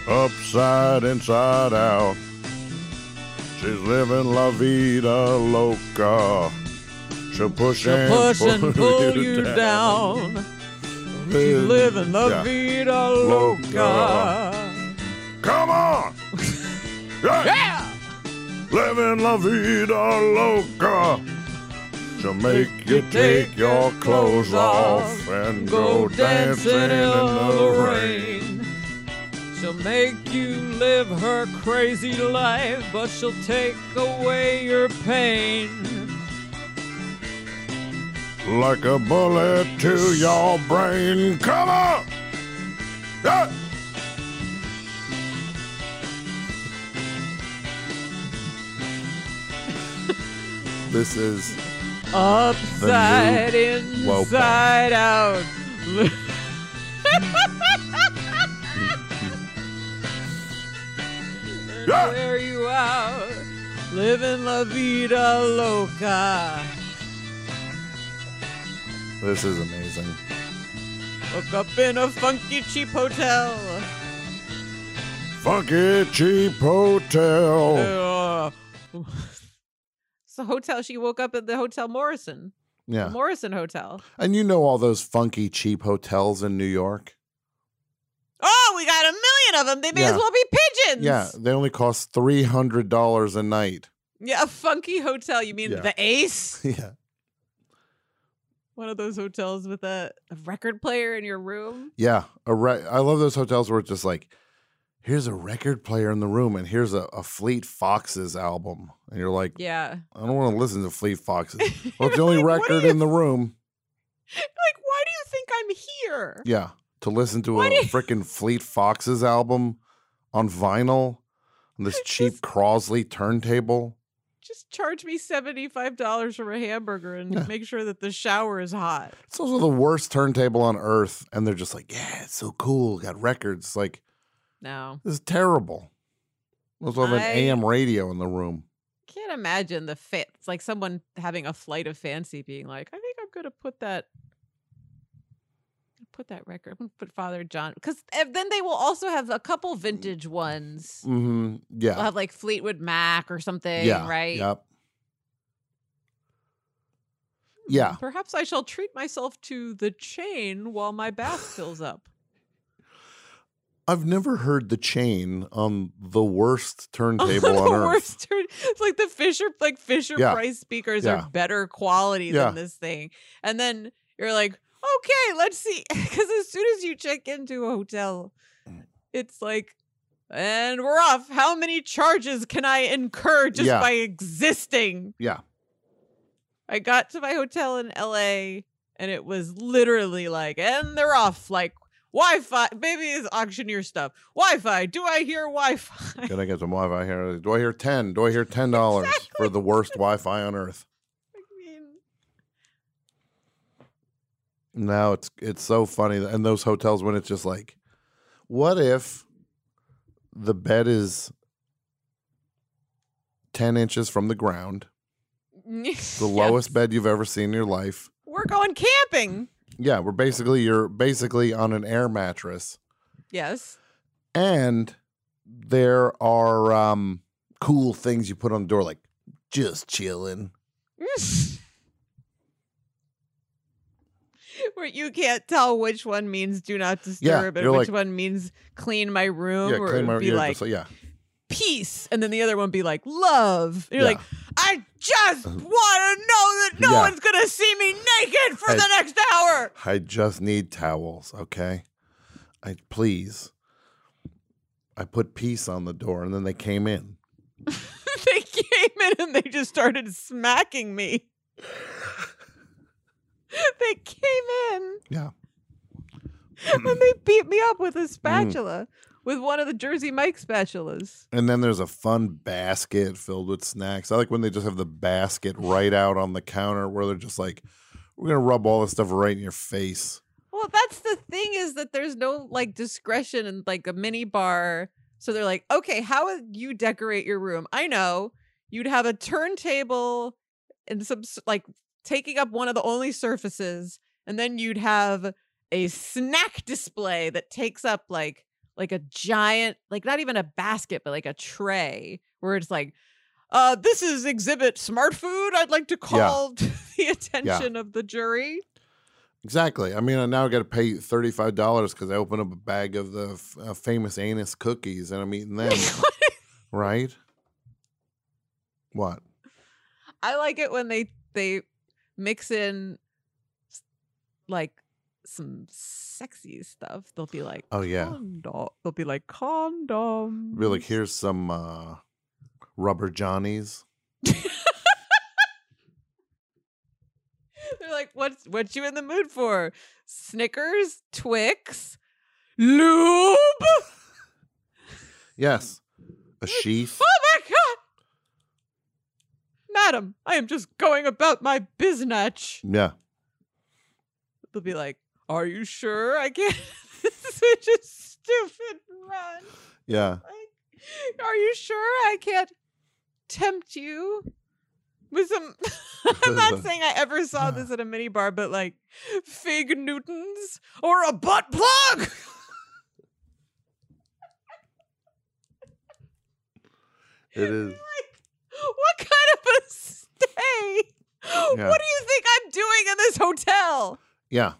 upside inside out. She's living la vida loca. She'll push
She'll
and
push
pull,
and pull you down. She's living the
Yeah.
vida
Loca.
loca.
Come on!
Yeah!
Living la vida loca. She'll make you take your clothes off and go dancing in the rain.
She'll make you live her crazy life, but she'll take away your pain.
Like a bullet to your brain. Come on! Yeah. This is
Upside
Lopa.
inside out.
Yeah.
Wear you out, living la vida loca.
this is amazing.
Woke up in a funky cheap hotel.
Funky cheap hotel. Oh.
Uh, it's the hotel she woke up at the Hotel Morrison.
yeah.
Morrison Hotel.
And you know all those funky cheap hotels in New York?
Oh, we got a million of them. They may as
Yeah.
well be pigeons.
Yeah, they only cost three hundred dollars a night.
Yeah, a funky hotel. You mean
Yeah.
the Ace?
Yeah,
One of those hotels with a, a record player in your room.
yeah. A re- I love those hotels where it's just like, here's a record player in the room, and here's a, a Fleet Foxes album, and you're like,
Yeah.
I don't want to listen to Fleet Foxes. Well,
You're
it's the only
like, what do
record
you-
in the room.
Like, why do you think I'm here?
Yeah, to listen to
What
a
is-
freaking Fleet Foxes album on vinyl on this cheap Crosley turntable.
Just charge me $75 for a hamburger and
Yeah.
make sure that the shower is hot.
It's also the worst turntable on earth, and they're just like, yeah, it's so cool. Got records like.
No.
This is terrible. Let's have an
I-
AM radio in the room.
Can't imagine the fa- it's like someone having a flight of fancy being like, I think I'm gonna put that put that record. I'm gonna put Father John because then they will also have a couple vintage ones.
hmm
They'll
Mm. Yeah.
have like Fleetwood Mac or something,
yeah.
right?
Yep. Yeah.
Perhaps I shall treat myself to the chain while my bath fills up.
I've never heard the chain on the worst
Oh,
turntable on
the
earth.
worst turn- It's like the Fisher, like Fisher
Yeah.
Price speakers
Yeah.
are better quality
Yeah.
than this thing. And then you're like, okay, let's see, because as soon as you check into a hotel,
Mm.
it's like, and we're off. How many charges can I incur just
Yeah.
by existing?
Yeah.
I got to my hotel in LA and it was literally like, and they're off. Like, Wi Fi, maybe it's auctioneer stuff. Wi Fi, do I hear Wi Fi?
Can I get some Wi Fi here? Do I hear 10? Do I hear $10 for the worst Wi Fi on earth?
I mean,
No, it's it's so funny. And those hotels when it's just like, what if the bed is 10 inches from the ground, the
Yeah.
lowest bed you've ever seen in your life?
We're going camping.
Yeah, we're basically you're basically on an air mattress,
Yes.
and there are um, cool things you put on the door, like just chilling.
Where you can't tell which one means do not disturb and
you're
which
like-
one means clean my room.
yeah,
or
clean
it
my
would be
yeah,
like
just like- yeah,
peace, and then the other one be like love. And you're
Yeah. Uh-huh.
like, I just want to know that no
Yeah.
one's gonna see me naked for
Hey.
the next hour.
I just need towels, okay? I please. I put peace on the door and then they came in.
they came in and they just started smacking me. they came in
Yeah.
and they beat me up with a spatula, with one of the Jersey Mike spatulas.
And then there's a fun basket filled with snacks. I like when they just have the basket right out on the counter where they're just like, we're going to rub all this stuff right in your face.
Well, that's the thing is that there's no like discretion in like a mini bar. So they're like, okay, how would you decorate your room? I know you'd have a turntable and some s- like taking up one of the only surfaces, and then you'd have a snack display that takes up like like a giant like not even a basket but like a tray where it's like uh this is exhibit smart food i'd like to call to the attention of the jury
Exactly. I mean, I now got to pay $35 because I opened up a bag of the f- uh, famous anus cookies and I'm eating them, right? What?
I like it when they they mix in s- like some sexy stuff. They'll be like,
Oh, yeah.
condom. They'll be like condom.
Be like, here's some uh, rubber johnnies.
They're like, what's what you in the mood for? Snickers, Twix, lube. Oh
Yes, a sheath.
Oh my god, madam, I am just going about my biznatch.
Yeah,
They'll be like, are you sure I can't? this is just stupid. Run.
yeah.
Like, are you sure I can't tempt you with some? I'm not saying I ever saw this at a mini bar, but like fig Newtons or a butt plug.
It is.
what kind of a stay?
Yeah.
What do you think I'm doing in this hotel?
Yeah.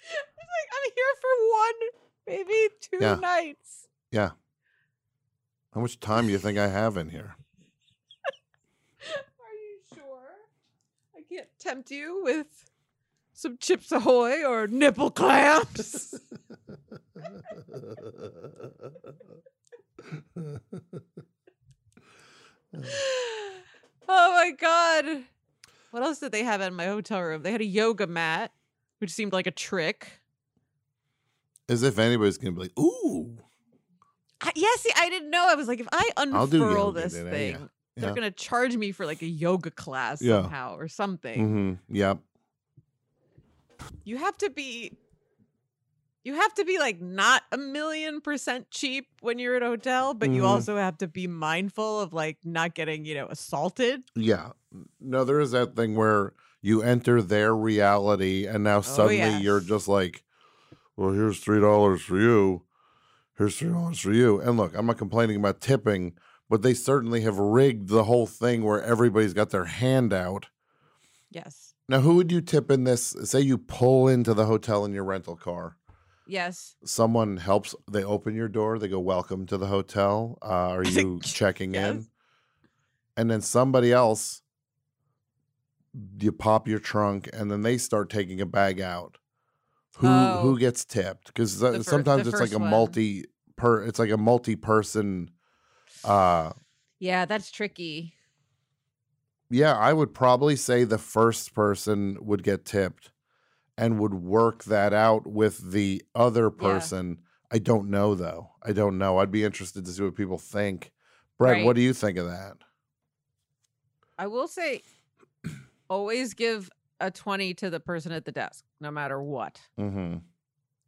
It's like I'm here for one, maybe two
Yeah.
nights.
How much time do you think I have in here?
Are you sure? I can't tempt you with some chips ahoy or nipple clamps. oh my god. What else did they have in my hotel room? They had a yoga mat, which seemed like a trick.
As if anybody's gonna be like, "Ooh,
I, yeah, see, I didn't know. I was like, if I
I'll do
unfurl
yoga
this
today,
thing,
yeah.
they're
Yeah.
gonna charge me for like a yoga class
Yeah.
somehow or something.
mm-hmm, yep,
you have to be you have to be like not a million percent cheap when you're at a hotel but you
Mhm.
also have to be mindful of like not getting you know assaulted
yeah." No, there is that thing where you enter their reality, and now suddenly
yeah.
you're just like, "Well, here's three dollars for you. Here's three dollars for you." And look, I'm not complaining about tipping, but they certainly have rigged the whole thing where everybody's got their hand out.
yes
Now, who would you tip in this? Say you pull into the hotel in your rental car.
yes
Someone helps. They open your door. They go, "Welcome to the hotel. Uh, are you checking in?"
Yes.
And then somebody else, you pop your trunk, and then they start taking a bag out. Who
Oh.
who gets tipped? Because
fir- the
sometimes it's like
first
a
one.
multi per. It's like a multi person. Uh,
yeah that's tricky
Yeah, I would probably say the first person would get tipped and would work that out with the other person. I don't know though. I don't know. I'd be interested to see what people think. Brett,
Right.
what do you think of that?
i will say always give a 20 to the person at the desk no matter what
Mm-hmm.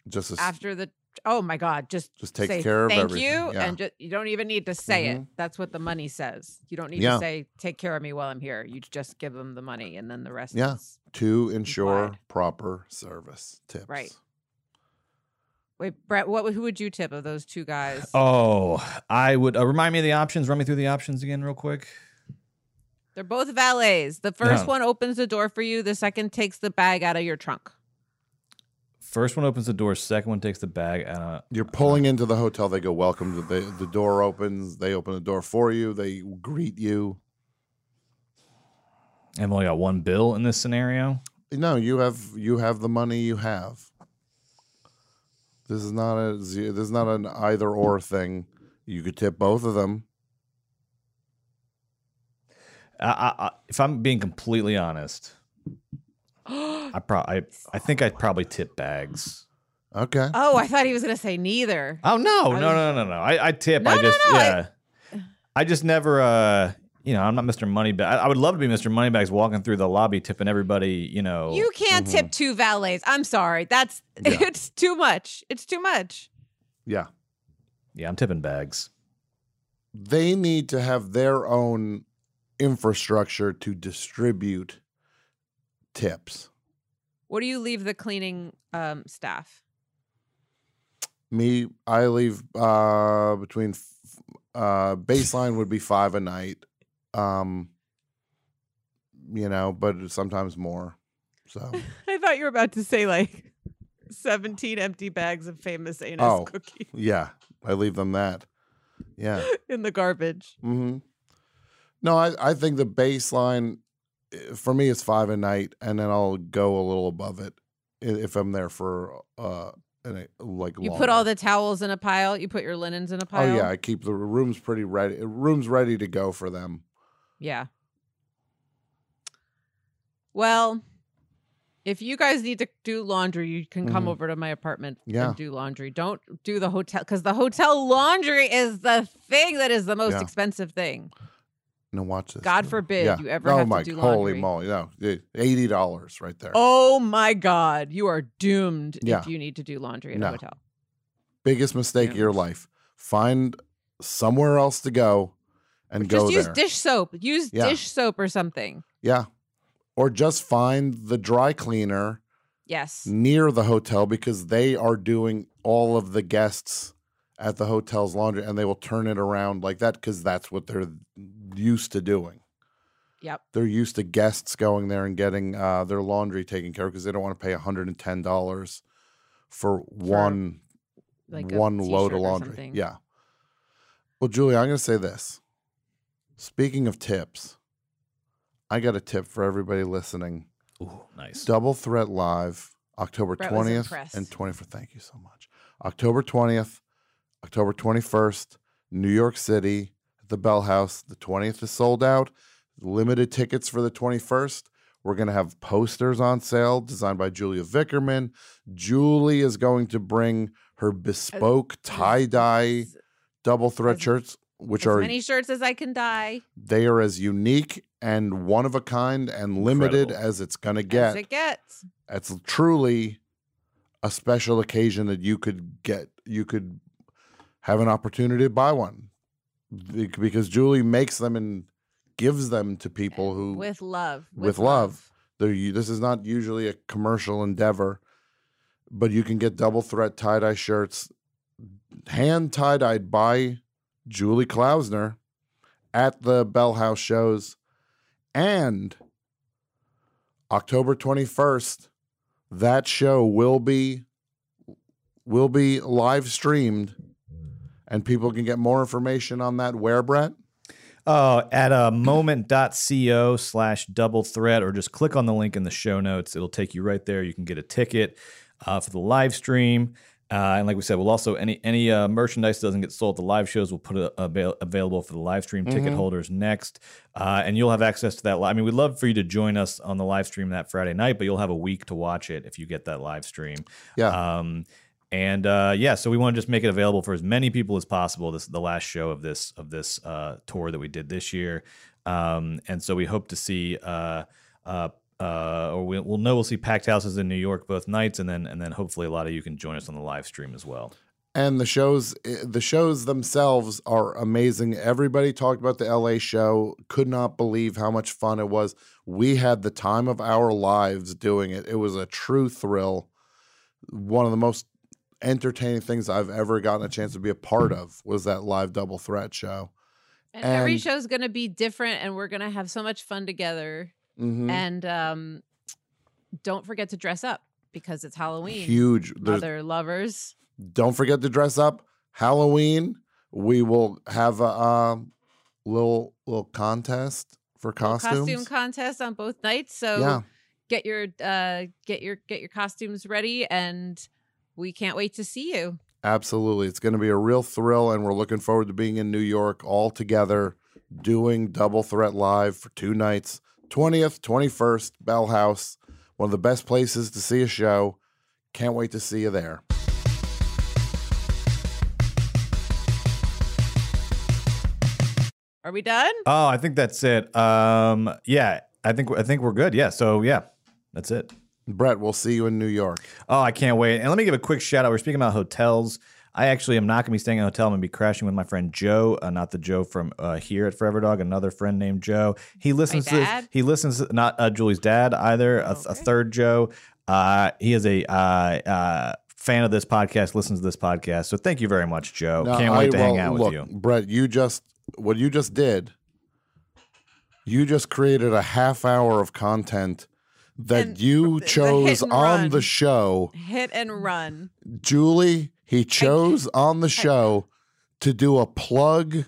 Just as,
after the oh my god just
Just takes
say
care of
thank
everything,
you
yeah. Mm-hmm.
and ju- you don't even need to say it that's what the money says you don't need
Yeah.
to say take care of me while i'm here you just give them the money and then the rest
Yeah.
is
to ensure
Implied.
proper service tips.
Right. Wait, Brett, what would- who would you tip of those two guys?
Oh, I would uh, remind me of the options. Run me through the options again, real quick.
They're both valets. The first
No.
one opens the door for you. The second takes the bag out of your trunk.
First one opens the door. Second one takes the bag. Uh,
You're pulling into the hotel. They go, "Welcome." To the the door opens. They open the door for you. They greet you.
I've only got one bill in this scenario.
No, you have you have the money you have. This is not a ze- this is not an either or thing. You could tip both of them.
I, I, I, if I'm being completely honest, I, pro- I, I think I'd probably tip bags.
Okay.
Oh, I thought he was gonna say neither.
Oh no,
I
no,
was-
no, no, no! I, I tip.
No,
I
no,
just
no, I-
yeah. I, just never uh you know I'm not Mr. Moneybag. I, I would love to be Mr. Moneybags walking through the lobby tipping everybody. You
Oh,
know.
You can't
mm-hmm.
tip two valets. I'm sorry. That's it's too much. It's too much.
Yeah.
yeah, I'm tipping bags.
They need to have their own infrastructure to distribute tips.
What do you leave the cleaning um, staff?
Me, I leave uh between f- uh baseline would be 5 a night. Um you know, but sometimes more. So
I thought you were about to say like 17 empty bags of famous anus
Oh.
cookie
Yeah, I leave them that. Yeah.
in the garbage.
hmm No, I, I think the baseline eh, for me is five a night, and then I'll go a little above it i- if I'm there for uh an, a- like
You put all the
longer.
towels in a pile. You put your linens in a pile.
Oh yeah, I keep the rooms pretty ready. Rooms ready to go for them.
Yeah. Well, if you guys need to do laundry, you can come
Mhm.
over to my apartment
Yeah.
and do laundry. Don't do the hotel because the hotel laundry is the thing that is the most
Yeah.
expensive thing.
Now watch this.
God
now.
forbid you ever
oh
have to
my,
do laundry.
holy moly! No, eh, eighty dollars right there.
Oh my God, you are doomed
Yeah.
if you need to do laundry in
No.
a hotel.
Biggest mistake of your life. Find somewhere else to go, and go
Just use
there.
dish soap. Use
Yeah.
dish soap or something.
Yeah. Or just find the dry cleaner
Yes.
near the hotel because they are doing all of the guests at the hotel's laundry and they will turn it around like that because that's what they're used to doing.
Yep.
They're used to guests going there and getting uh, their laundry taken care of because they don't want to pay $110 for one
Like a
one load
t-shirt or
of laundry.
something.
Yeah. Well, Julie, I'm going to say this. Speaking of tips, I got a tip for everybody listening.
Ooh, nice.
Double Threat Live, October
Brett was
20th
impressed.
and 24th. Thank you so much. October 20th, October 21st, New York City, at the Bell House. The 20th is sold out. Limited tickets for the 21st. We're going to have posters on sale designed by Julia Vickerman. Julie is going to bring her bespoke tie dye
As-
double threat
as-
shirts, which
as
are
many shirts as I can dye.
they are as unique and one of a kind and limited
Incredible.
as it's going to
As
get
it gets.
it's truly a special occasion that you could get you could have an opportunity to buy one Be- because julie makes them and gives them to people who
with love.
with love. they're u- this is not usually a commercial endeavor but you can get double threat tie-dye shirts hand tie-dyed by julie klausner at the bell house shows and October 21st, that show will be will be live streamed and people can get more information on that where Brett.
Oh, at uh, moment.co slash double threat, or just click on the link in the show notes. It'll take you right there. You can get a ticket uh, for the live stream. Uh, and like we said, we'll also any any uh, merchandise that doesn't get sold at the live shows, we'll put it avail- available for the live stream ticket holders next, uh, and you'll have access to that. Li- I mean, we'd love for you to join us on the live stream that Friday night, but you'll have a week to watch it if you get that live stream.
Yeah.
Um, and uh, yeah, so we want to just make it available for as many people as possible. This is the last show of this of this uh, tour that we did this year, um, and so we hope to see. Uh, uh, uh, or we'll, we'll know we'll see packed houses in New York both nights, and then and then hopefully a lot of you can join us on the live stream as well.
and the shows the shows themselves are amazing. Everybody talked about the LA show, could not believe how much fun it was. We had the time of our lives doing it. It was a true thrill. One of the most entertaining things I've ever gotten a chance to be a part of was that live double threat show.
And, every
And-
show's going to be different, and we're going to have so much fun together.
Mhm.
And um, don't forget to dress up. because it's Halloween.
Huge. There's,
Other lovers.
don't forget to dress up. Halloween. We will have a um, little little contest for costumes.
Costume contest on both nights. So
yeah,
get your uh get your get your costumes ready and we can't wait to see you.
absolutely. It's going to be a real thrill, and we're looking forward to being in New York all together, doing Double Threat live for two nights, twentieth, twenty first, Bell House. One of the best places to see a show. Can't wait to see you there.
Are we done?
Oh, I think that's it. Um, yeah, I think I think we're good. Yeah, so yeah, that's it.
Brett, we'll see you in New York.
Oh, I can't wait. And let me give a quick shout out. We're speaking about hotels. I actually am not going to be staying in a hotel. I'm going to be crashing with my friend Joe, uh, not the Joe from uh, here at Forever Dog, another friend named Joe. He listens to
dad?
this. He listens to, not uh, Julie's dad either, a, a third Joe. Uh, he is a uh, uh, fan of this podcast, listens to this podcast. So thank you very much, Joe.
No,
can't wait
I-
to hang
well,
out
look,
with you.
Brett. You just what you just did. You just created a half hour of content that
And
you
the hit
chose
and
on
run.
the show.
Hit and run.
Julie, he chose on the show to do a plug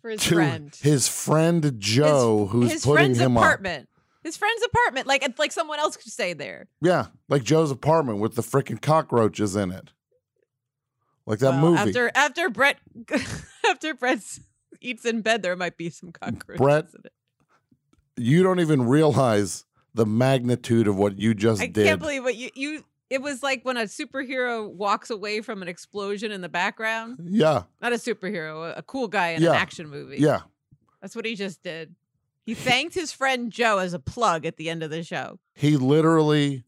For his
to
friend.
his friend
His-
Joe, who's
his
putting
friend's
him up.
apartment. His friend's apartment. Like it's like someone else could stay there.
Yeah, like Joe's apartment with the freaking cockroaches in it. Like that
Well,
movie.
After after Brett after Brett eats in bed, there might be some cockroaches.
Brett
in it.
you don't even realize the magnitude of what you just
I
did.
can't believe what you you. It was like when a superhero walks away from an explosion in the background.
yeah,
Not a superhero, a- a cool guy in
Yeah.
an action movie.
yeah.
that's what he just did. He thanked his friend Joe as a plug at the end of the show.
He literally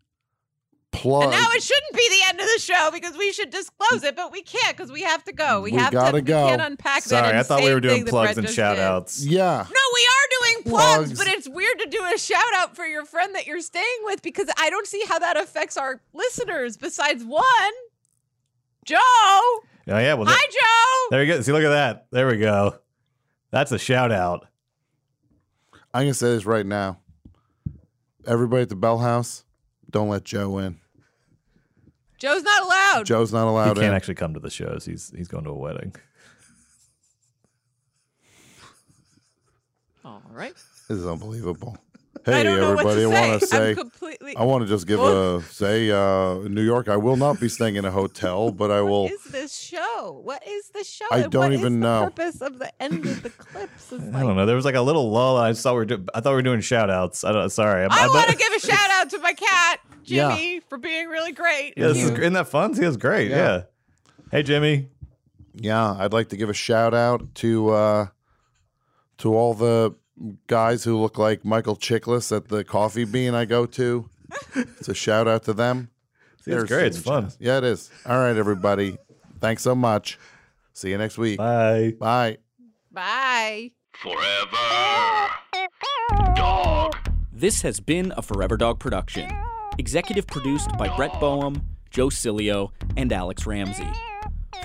plugged.
And now it shouldn't be the end of the show because we should disclose it, but we can't because we have to go. We,
We
have
gotta
to. We can't
go.
unpack that.
Sorry, I thought we
insane
were doing
thing that
plugs
Brett
and
just
shout
did.
outs.
yeah,
No, we are doing plugs,
Plugs.
but it's weird to do a shout out for your friend that you're staying with because I don't see how that affects our listeners besides one. Joe.
Oh, yeah. Well, there,
Hi, Joe.
there you go. See, look at that. There we go. That's a shout out.
I'm gonna say this right now. Everybody at the Bell House, don't let Joe in.
Joe's not allowed.
Joe's not
He
allowed
can't
in.
actually come to the shows. He's he's going to a wedding.
All right.
this is unbelievable.
I
Hey
don't know
everybody, I
what to
want to
I'm
say
completely.
I want to just give a say. Uh, in New York, I will not be staying in a hotel, but I will.
what is this show? What is the show?
I
and
don't
what is
even
the
know.
purpose of the end of the clips. It's
I don't
like,
know. There was like a little lull. I saw we are do- I thought we were doing shout outs. I don't. Sorry. I'm-
I
I'm-
want to give a shout out to my cat,
Yeah.
Jimmy, for being really great.
Yeah, this is,
Cute.
gr- isn't that fun? See, that's great.
Yeah.
Yeah. Hey, Jimmy.
Yeah, I'd like to give a shout out to uh, to all the guys who look like Michael Chiklis at the coffee bean I go to. It's a shout out to them.
See, it's
They're
great. It's
singing
fun.
jazz. Yeah, it is. All right, everybody. Thanks so much. See you next week.
Bye.
Bye.
Bye.
Forever.
This has been a Forever Dog production. Executive produced by Brett Boehm, Joe Cilio, and Alex Ramsey.